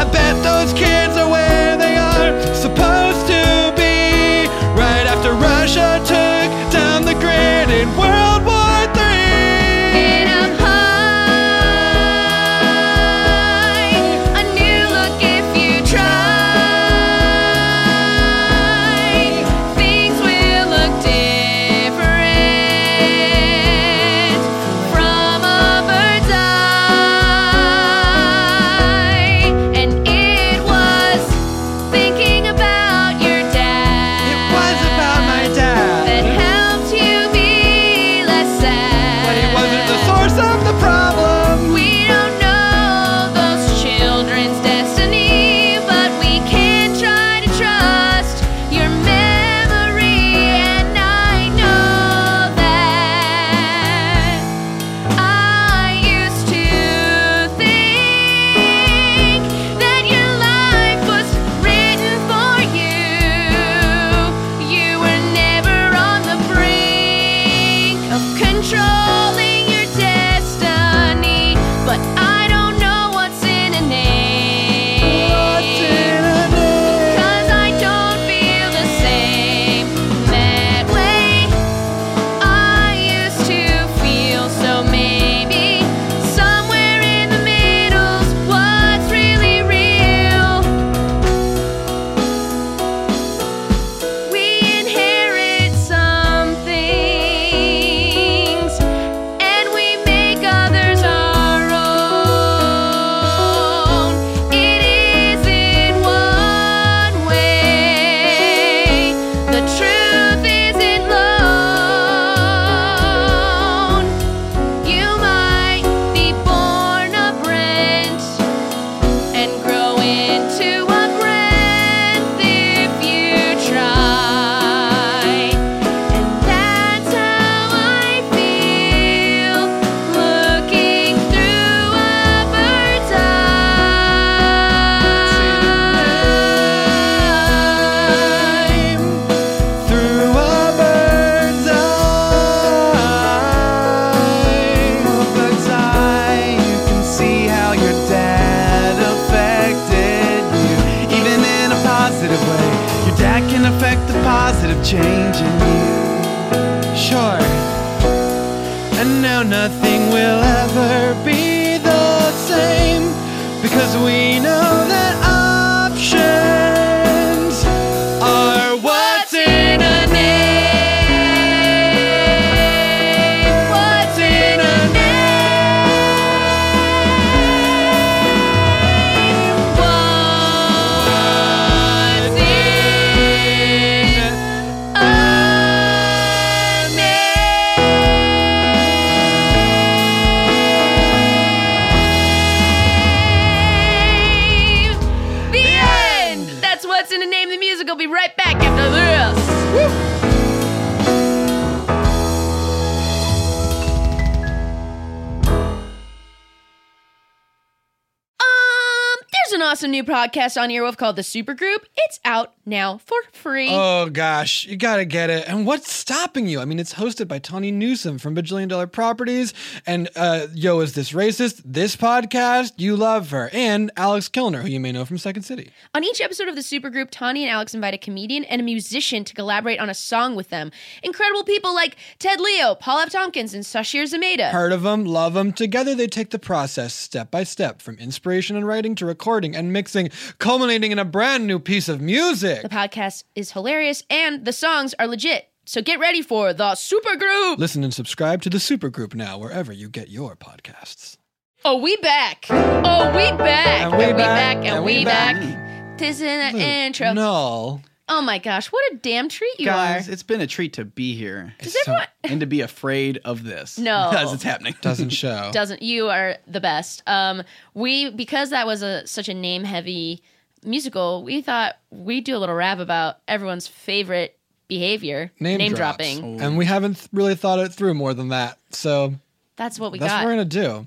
[SPEAKER 5] I bet those kids are where they are supposed to be. Right after Russia took down the grid in World War III.
[SPEAKER 4] And I'm high. A new look if you try. Things will look different from a bird's eye. And it was thinking about your dad.
[SPEAKER 5] It was about my
[SPEAKER 4] That
[SPEAKER 5] dad,
[SPEAKER 4] helped you be less sad.
[SPEAKER 5] but he wasn't the source of the problem.
[SPEAKER 4] We don't know those children's destiny, but we can try to trust your memory. And I know that I used to think that your life was written for you. You were never on the brink of controlling your destiny, but I don't know what's in a name. Cause I don't feel the same that way. I used to feel so maybe somewhere in the middle's what's really real. We inherit some things and we make others our own. It isn't one way. The truth isn't lone. You might be born a Brent and grow into a breath if you try. And that's how I feel looking through a bird's eye.
[SPEAKER 5] Through a bird's eye.
[SPEAKER 6] From a bird's eye, you can see how your dad affected you, even in a positive way. Your dad can affect the positive change in you.
[SPEAKER 5] Sure. And now nothing will ever be Cause we know that options are what's in a name. What's in a name? What's in a name?
[SPEAKER 7] The end! That's what's in the name of the music. I'll be right back after this. Um, there's an awesome new podcast on Earwolf called The Supergroup. It's out now for free.
[SPEAKER 5] Oh gosh, you gotta get it. And what's stopping you? I mean, it's hosted by Tawny Newsom from Bajillion Dollar Properties, and uh, Yo, is this racist? This podcast, you love her, and Alex Kilner, who you may know from Second City.
[SPEAKER 7] On each episode of the supergroup, Tawny and Alex invite a comedian and a musician to collaborate on a song with them. Incredible people like Ted Leo, Paul F. Tompkins, and Sashir Zameda.
[SPEAKER 5] Heard of them, love them. Together, they take the process step by step, from inspiration and writing to recording and mixing, culminating in a brand new piece of music.
[SPEAKER 7] The podcast is hilarious and the songs are legit. So get ready for the supergroup.
[SPEAKER 5] Listen and subscribe to the Supergroup now, wherever you get your podcasts.
[SPEAKER 7] Oh, we back. Oh, we back.
[SPEAKER 5] And we back.
[SPEAKER 7] And we back. Tis in the intro.
[SPEAKER 5] No.
[SPEAKER 7] Oh my gosh, what a damn treat you
[SPEAKER 6] Guys,
[SPEAKER 7] are.
[SPEAKER 6] it's been a treat to be here
[SPEAKER 7] Does everyone
[SPEAKER 6] and to be afraid of this.
[SPEAKER 7] No.
[SPEAKER 6] Because it's happening.
[SPEAKER 5] Doesn't show.
[SPEAKER 7] doesn't you are the best. Um we because that was a such a name heavy musical, we thought we'd do a little rap about everyone's favorite behavior,
[SPEAKER 5] Name, drops. Oh.
[SPEAKER 7] dropping.
[SPEAKER 5] And we haven't th- really thought it through more than that. So
[SPEAKER 7] That's what we
[SPEAKER 5] that's
[SPEAKER 7] got.
[SPEAKER 5] what we're going to do.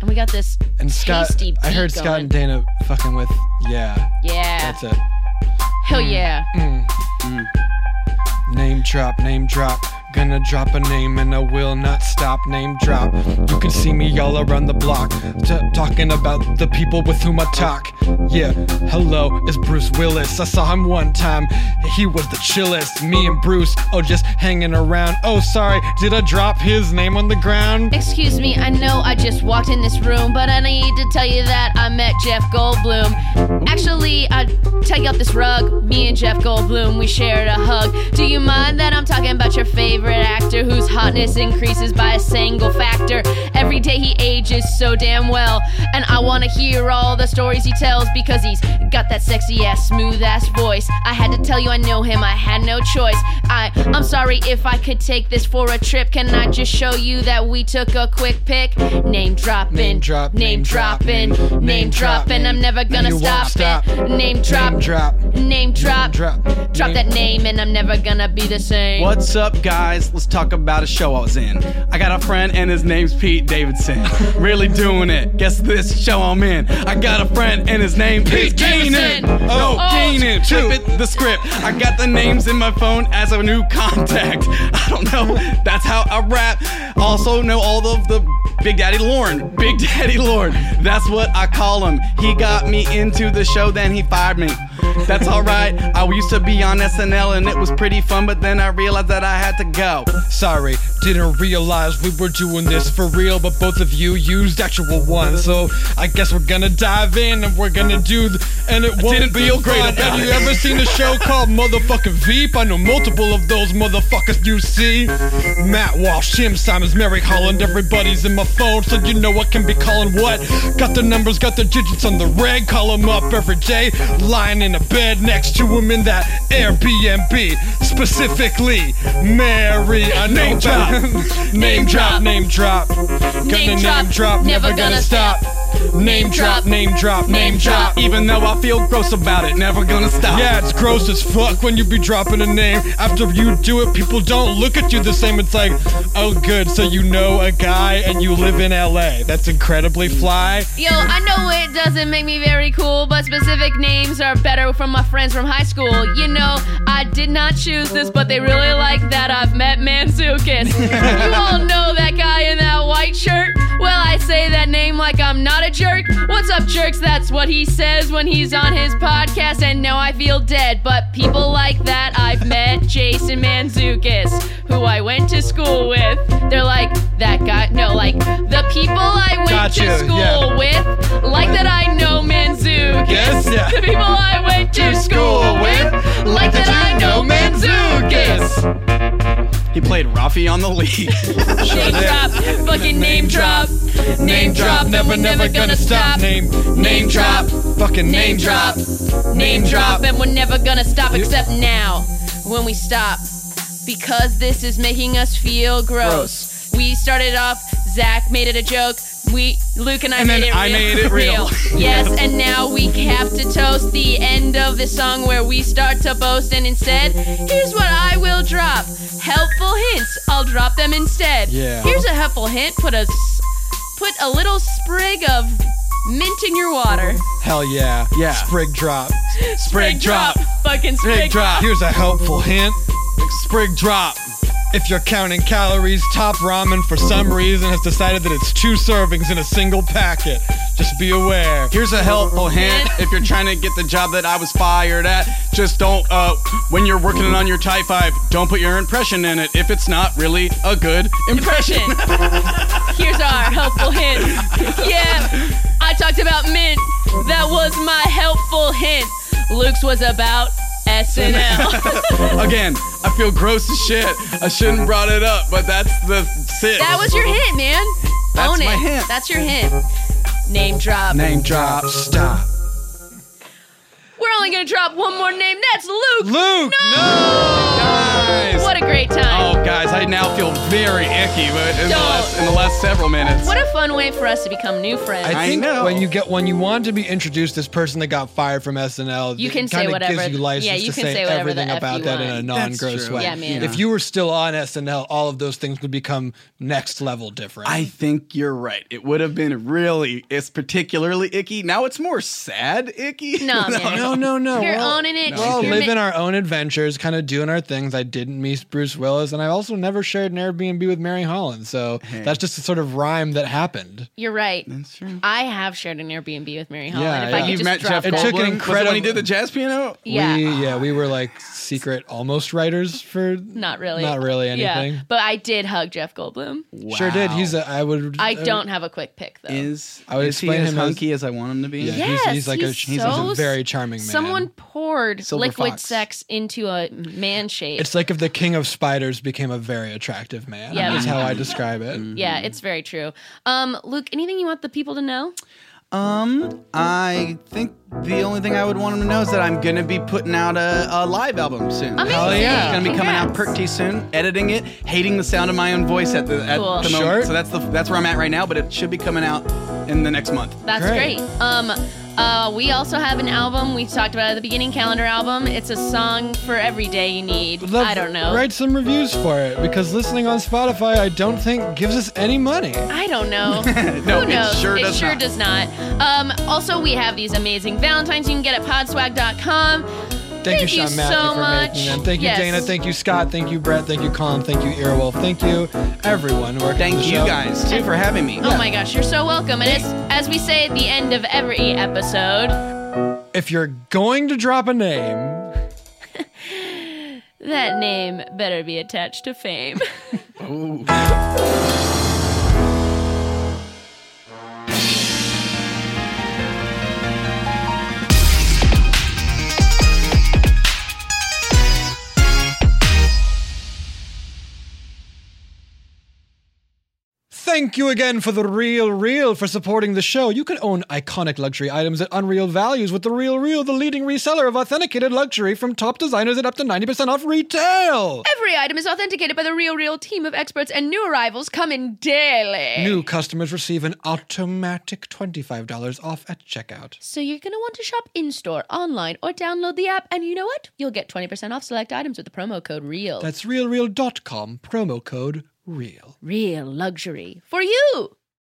[SPEAKER 7] and we got this
[SPEAKER 5] And Scott,
[SPEAKER 7] tasty
[SPEAKER 5] I
[SPEAKER 7] beat
[SPEAKER 5] heard
[SPEAKER 7] going.
[SPEAKER 5] Scott and Dana fucking with, yeah,
[SPEAKER 7] Yeah.
[SPEAKER 5] that's Mm. it.
[SPEAKER 7] Hell yeah.
[SPEAKER 5] Name drop, name drop. Gonna drop a name and I will not stop. Name drop. You can see me all around the block. T- talking about the people with whom I talk. Yeah, hello, it's Bruce Willis. I saw him one time. He was the chillest. Me and Bruce, oh, just hanging around. Oh, sorry, did I drop his name on the ground?
[SPEAKER 7] Excuse me, I know I just walked in this room, but I need to tell you that I met Jeff Goldblum. Actually, I take out this rug. Me and Jeff Goldblum, we shared a hug. Do you mind that I'm talking about your favorite actor whose hotness increases by a single factor? Every day he ages so damn well, and I wanna hear all the stories he tells because he's got that sexy ass, smooth ass voice. I had to tell you I know him, I had no choice. I, I'm sorry if I could take this for a trip. Can I just show you that we took a quick pick? Name dropping,
[SPEAKER 5] Name drop,
[SPEAKER 7] name
[SPEAKER 5] name drop,
[SPEAKER 7] dropping,
[SPEAKER 5] name
[SPEAKER 7] name
[SPEAKER 5] drop,
[SPEAKER 7] dropping. I'm never gonna
[SPEAKER 5] you won't
[SPEAKER 7] stop,
[SPEAKER 5] stop.
[SPEAKER 7] it. Name drop,
[SPEAKER 5] Name drop.
[SPEAKER 7] name drop,
[SPEAKER 5] drop,
[SPEAKER 7] drop
[SPEAKER 5] name-
[SPEAKER 7] that name, and I'm never gonna be the same.
[SPEAKER 6] What's up, guys? Let's talk about a show I was in. I got a friend, and his name's Pete Davidson. Really doing it. Guess this show I'm in. I got a friend, and his name Pete is
[SPEAKER 7] Davidson.
[SPEAKER 6] Keenan. Oh,
[SPEAKER 7] Oh,
[SPEAKER 6] Keenan.
[SPEAKER 5] shoot.
[SPEAKER 6] Flip it the script. I got the names in my phone as a new contact. I don't know. That's how I rap. Also, know all of the Big Daddy Lorne. Big Daddy Lorne. That's what I call him. He got me into the show, then he fired me. That's alright. I used to be on SNL and it was pretty fun, but then I realized that I had to go.
[SPEAKER 5] Sorry, didn't realize we were doing this for real, but both of you used actual ones. So I guess we're gonna dive in and we're gonna do, th- and it won't
[SPEAKER 6] didn't
[SPEAKER 5] be
[SPEAKER 6] feel
[SPEAKER 5] fun.
[SPEAKER 6] great about
[SPEAKER 5] Have you
[SPEAKER 6] it.
[SPEAKER 5] ever seen a show called Motherfucking Veep? I know multiple of those motherfuckers you see. Matt Walsh, Tim Simons, Mary Holland, everybody's in my phone, so you know I can be calling what. Got the numbers, got the digits on the red, call 'em up every day. Lying in a bed next to him in that Airbnb, specifically Mary. I know
[SPEAKER 6] Name
[SPEAKER 5] that-
[SPEAKER 6] drop.
[SPEAKER 5] name drop,
[SPEAKER 7] drop.
[SPEAKER 5] name drop. Gonna
[SPEAKER 7] Name
[SPEAKER 5] name
[SPEAKER 7] drop,
[SPEAKER 5] drop, never gonna stop. Name drop, name drop, name drop.
[SPEAKER 6] Even though I feel gross about it, never gonna stop.
[SPEAKER 5] Yeah, it's gross as fuck when you be dropping a name. After you do it, people don't look at you the same. It's like, oh, good, so you know a guy and you live in LA. That's incredibly fly.
[SPEAKER 7] Yo, I know it doesn't make me very cool, but specific names are better from my friends from high school. You know, I did not choose this, but they really like that I've met Mansukis. you all know that guy in that white shirt? Well, I say that name like I'm not a jerk. What's up, jerks? That's what he says when he's on his podcast, and now I feel dead. But people like that, I've met Jason Manzukis, who I went to school with. They're like, that guy, no, like, the people I went
[SPEAKER 5] Got
[SPEAKER 7] to
[SPEAKER 5] you,
[SPEAKER 7] school
[SPEAKER 5] yeah.
[SPEAKER 7] with, like that I know
[SPEAKER 4] Manzukis.
[SPEAKER 5] Yeah.
[SPEAKER 4] The people I went to school with, like that I know Manzukis.
[SPEAKER 6] He played Rafi on the league.
[SPEAKER 4] Name drop, fucking name drop, name drop, never, never gonna stop.
[SPEAKER 5] Name, name drop. Fucking
[SPEAKER 4] Name drop, name drop, and we're never gonna stop except now when we stop because this is making us feel gross. We started off, Zach made it a joke. We, Luke and I
[SPEAKER 5] And
[SPEAKER 4] made
[SPEAKER 5] then
[SPEAKER 4] it
[SPEAKER 5] I
[SPEAKER 4] real.
[SPEAKER 5] made it real.
[SPEAKER 4] yes, and now we have to toast the end of the song where we start to boast. And instead, here's what I will drop: helpful hints. I'll drop them instead.
[SPEAKER 5] Yeah.
[SPEAKER 4] Here's a helpful hint. Put a s- put a little sprig of mint in your water.
[SPEAKER 5] Hell yeah.
[SPEAKER 9] Yeah.
[SPEAKER 5] Sprig drop.
[SPEAKER 4] Sprig drop. Fucking sprig
[SPEAKER 9] Big drop.
[SPEAKER 5] Here's a helpful hint.
[SPEAKER 9] Sprig drop.
[SPEAKER 5] If you're counting calories, Top Ramen for some reason has decided that it's two servings in a single packet. Just be aware.
[SPEAKER 6] Here's a helpful hint if you're trying to get the job that I was fired at. Just don't, uh, when you're working on your tie five, don't put your impression in it if it's not really a good impression.
[SPEAKER 4] Here's our helpful hint. Yeah, I talked about mint. That was my helpful hint. Luke's was about SNL.
[SPEAKER 6] Again, I feel gross as shit. I shouldn't brought it up, but that's the sit.
[SPEAKER 4] that was your hint, man.
[SPEAKER 6] That's
[SPEAKER 4] Own it.
[SPEAKER 6] my hint.
[SPEAKER 4] That's your hint. Name drop.
[SPEAKER 6] name drop.
[SPEAKER 5] Stop.
[SPEAKER 4] We're only gonna drop one more name. That's Luke.
[SPEAKER 5] Luke! No!
[SPEAKER 6] Guys.
[SPEAKER 4] What a great
[SPEAKER 6] Oh,
[SPEAKER 4] time.
[SPEAKER 6] guys, I now feel very icky, but in the
[SPEAKER 4] Don't.
[SPEAKER 6] last, in the last several minutes.
[SPEAKER 4] What a fun way for us to become new friends.
[SPEAKER 5] I think
[SPEAKER 6] know.
[SPEAKER 5] when you get when you want to be introduced as person that got fired from SNL,
[SPEAKER 4] You
[SPEAKER 5] it
[SPEAKER 4] can say
[SPEAKER 5] kinda
[SPEAKER 4] whatever-
[SPEAKER 5] Gives you license
[SPEAKER 4] yeah, you
[SPEAKER 5] to
[SPEAKER 4] can
[SPEAKER 5] say,
[SPEAKER 4] say whatever
[SPEAKER 5] everything
[SPEAKER 4] the F
[SPEAKER 5] about
[SPEAKER 4] you
[SPEAKER 5] that in
[SPEAKER 4] want.
[SPEAKER 5] a
[SPEAKER 6] That's
[SPEAKER 5] non-gross
[SPEAKER 6] true.
[SPEAKER 5] way.
[SPEAKER 4] Yeah, man.
[SPEAKER 5] If you were still on SNL, all of those things would become next level different.
[SPEAKER 6] I think you're right. It would have been really, it's particularly icky. Now it's more sad icky.
[SPEAKER 4] No, man.
[SPEAKER 5] no, no, no.
[SPEAKER 4] You're
[SPEAKER 5] We're all-
[SPEAKER 4] owning it.
[SPEAKER 5] We're all
[SPEAKER 4] You're
[SPEAKER 5] living
[SPEAKER 4] ma-
[SPEAKER 5] our own adventures, kind of doing our things. I didn't meet Bruce Willis, and I also never shared an Airbnb with Mary Holland. So that's just a sort of rhyme that happened.
[SPEAKER 4] You're right.
[SPEAKER 6] That's true.
[SPEAKER 4] I have shared an Airbnb with Mary Holland.
[SPEAKER 5] Yeah,
[SPEAKER 4] if
[SPEAKER 5] yeah.
[SPEAKER 4] I could
[SPEAKER 6] You've
[SPEAKER 4] just
[SPEAKER 6] met
[SPEAKER 4] drop
[SPEAKER 6] Jeff
[SPEAKER 5] It
[SPEAKER 4] that.
[SPEAKER 5] took an
[SPEAKER 6] Goldblum. Was it when he
[SPEAKER 5] incredible-
[SPEAKER 6] did the jazz piano.
[SPEAKER 4] yeah.
[SPEAKER 5] we, yeah, we were like secret almost writers for
[SPEAKER 4] Not really.
[SPEAKER 5] not really anything.
[SPEAKER 4] Yeah, but I did hug Jeff Goldblum.
[SPEAKER 5] Sure did. He's a. I would. uh,
[SPEAKER 4] I don't have a quick pick though.
[SPEAKER 6] Is
[SPEAKER 5] I would
[SPEAKER 6] is he
[SPEAKER 5] explain
[SPEAKER 6] as
[SPEAKER 5] him as-
[SPEAKER 6] hunky as, I want him to be?
[SPEAKER 5] Yeah,
[SPEAKER 4] Yes,
[SPEAKER 5] he's, he's like a.
[SPEAKER 4] he's
[SPEAKER 5] He's
[SPEAKER 4] so
[SPEAKER 5] a very charming man.
[SPEAKER 4] Someone poured
[SPEAKER 6] Silver
[SPEAKER 4] liquid
[SPEAKER 6] fox.
[SPEAKER 4] sex into a man shape.
[SPEAKER 5] It's like if the king of spiders became a very attractive man.
[SPEAKER 4] Yeah.
[SPEAKER 5] That's how I describe it.
[SPEAKER 4] yeah, it's very true. Um, Luke, anything you want the people to know?
[SPEAKER 6] Um, I think the only thing I would want him to know is that I'm gonna be putting out a, a live album soon.
[SPEAKER 4] Amazing.
[SPEAKER 5] Hell yeah.
[SPEAKER 6] It's gonna be coming out
[SPEAKER 4] Congrats.
[SPEAKER 6] pretty soon. Editing it, hating the sound of my own voice at the at
[SPEAKER 4] Cool.
[SPEAKER 6] the
[SPEAKER 5] Sure.
[SPEAKER 6] moment. So that's the that's where I'm at right now. But it should be coming out in the next month.
[SPEAKER 4] That's
[SPEAKER 5] Great.
[SPEAKER 4] great. Um, uh, we also have an album we talked about at the beginning, calendar album. It's a song for every day you need.
[SPEAKER 5] Love-
[SPEAKER 4] I don't know.
[SPEAKER 5] Write some reviews for it because listening on Spotify, I don't think gives us any money.
[SPEAKER 4] I don't know.
[SPEAKER 6] No,
[SPEAKER 4] Who
[SPEAKER 6] it
[SPEAKER 4] knows?
[SPEAKER 6] sure does not.
[SPEAKER 4] does not. Um, also, we have these amazing Valentines you can get at podswag.com.
[SPEAKER 5] Thank, you,
[SPEAKER 4] Thank you
[SPEAKER 5] Sean Matthew,
[SPEAKER 4] so
[SPEAKER 5] for
[SPEAKER 4] much.
[SPEAKER 5] making them. Thank you,
[SPEAKER 4] Yes.
[SPEAKER 5] Dana. Thank you, Scott. Thank you, Brett. Thank you, Colin. Thank you, Earwolf. Thank you, everyone. who worked on
[SPEAKER 6] Thank
[SPEAKER 5] the
[SPEAKER 6] you
[SPEAKER 5] show.
[SPEAKER 6] guys too for having me.
[SPEAKER 4] Oh my gosh, you're so welcome. And as, as we say at the end of every episode,
[SPEAKER 5] If you're going to drop a name,
[SPEAKER 4] that name better be attached to fame.
[SPEAKER 5] Thank you again for the Real Real for supporting the show. You can own iconic luxury items at unreal values with the Real Real, the leading reseller of authenticated luxury from top designers at up to 90% off retail.
[SPEAKER 4] every item is authenticated by the Real Real team of experts, and new arrivals come in daily.
[SPEAKER 5] New customers receive an automatic $25 off at checkout.
[SPEAKER 4] So you're going to want to shop in store, online, or download the app. And you know what? You'll get 20% off select items with the promo code REAL.
[SPEAKER 5] That's realreal.com, promo code REAL.
[SPEAKER 4] Real luxury for you.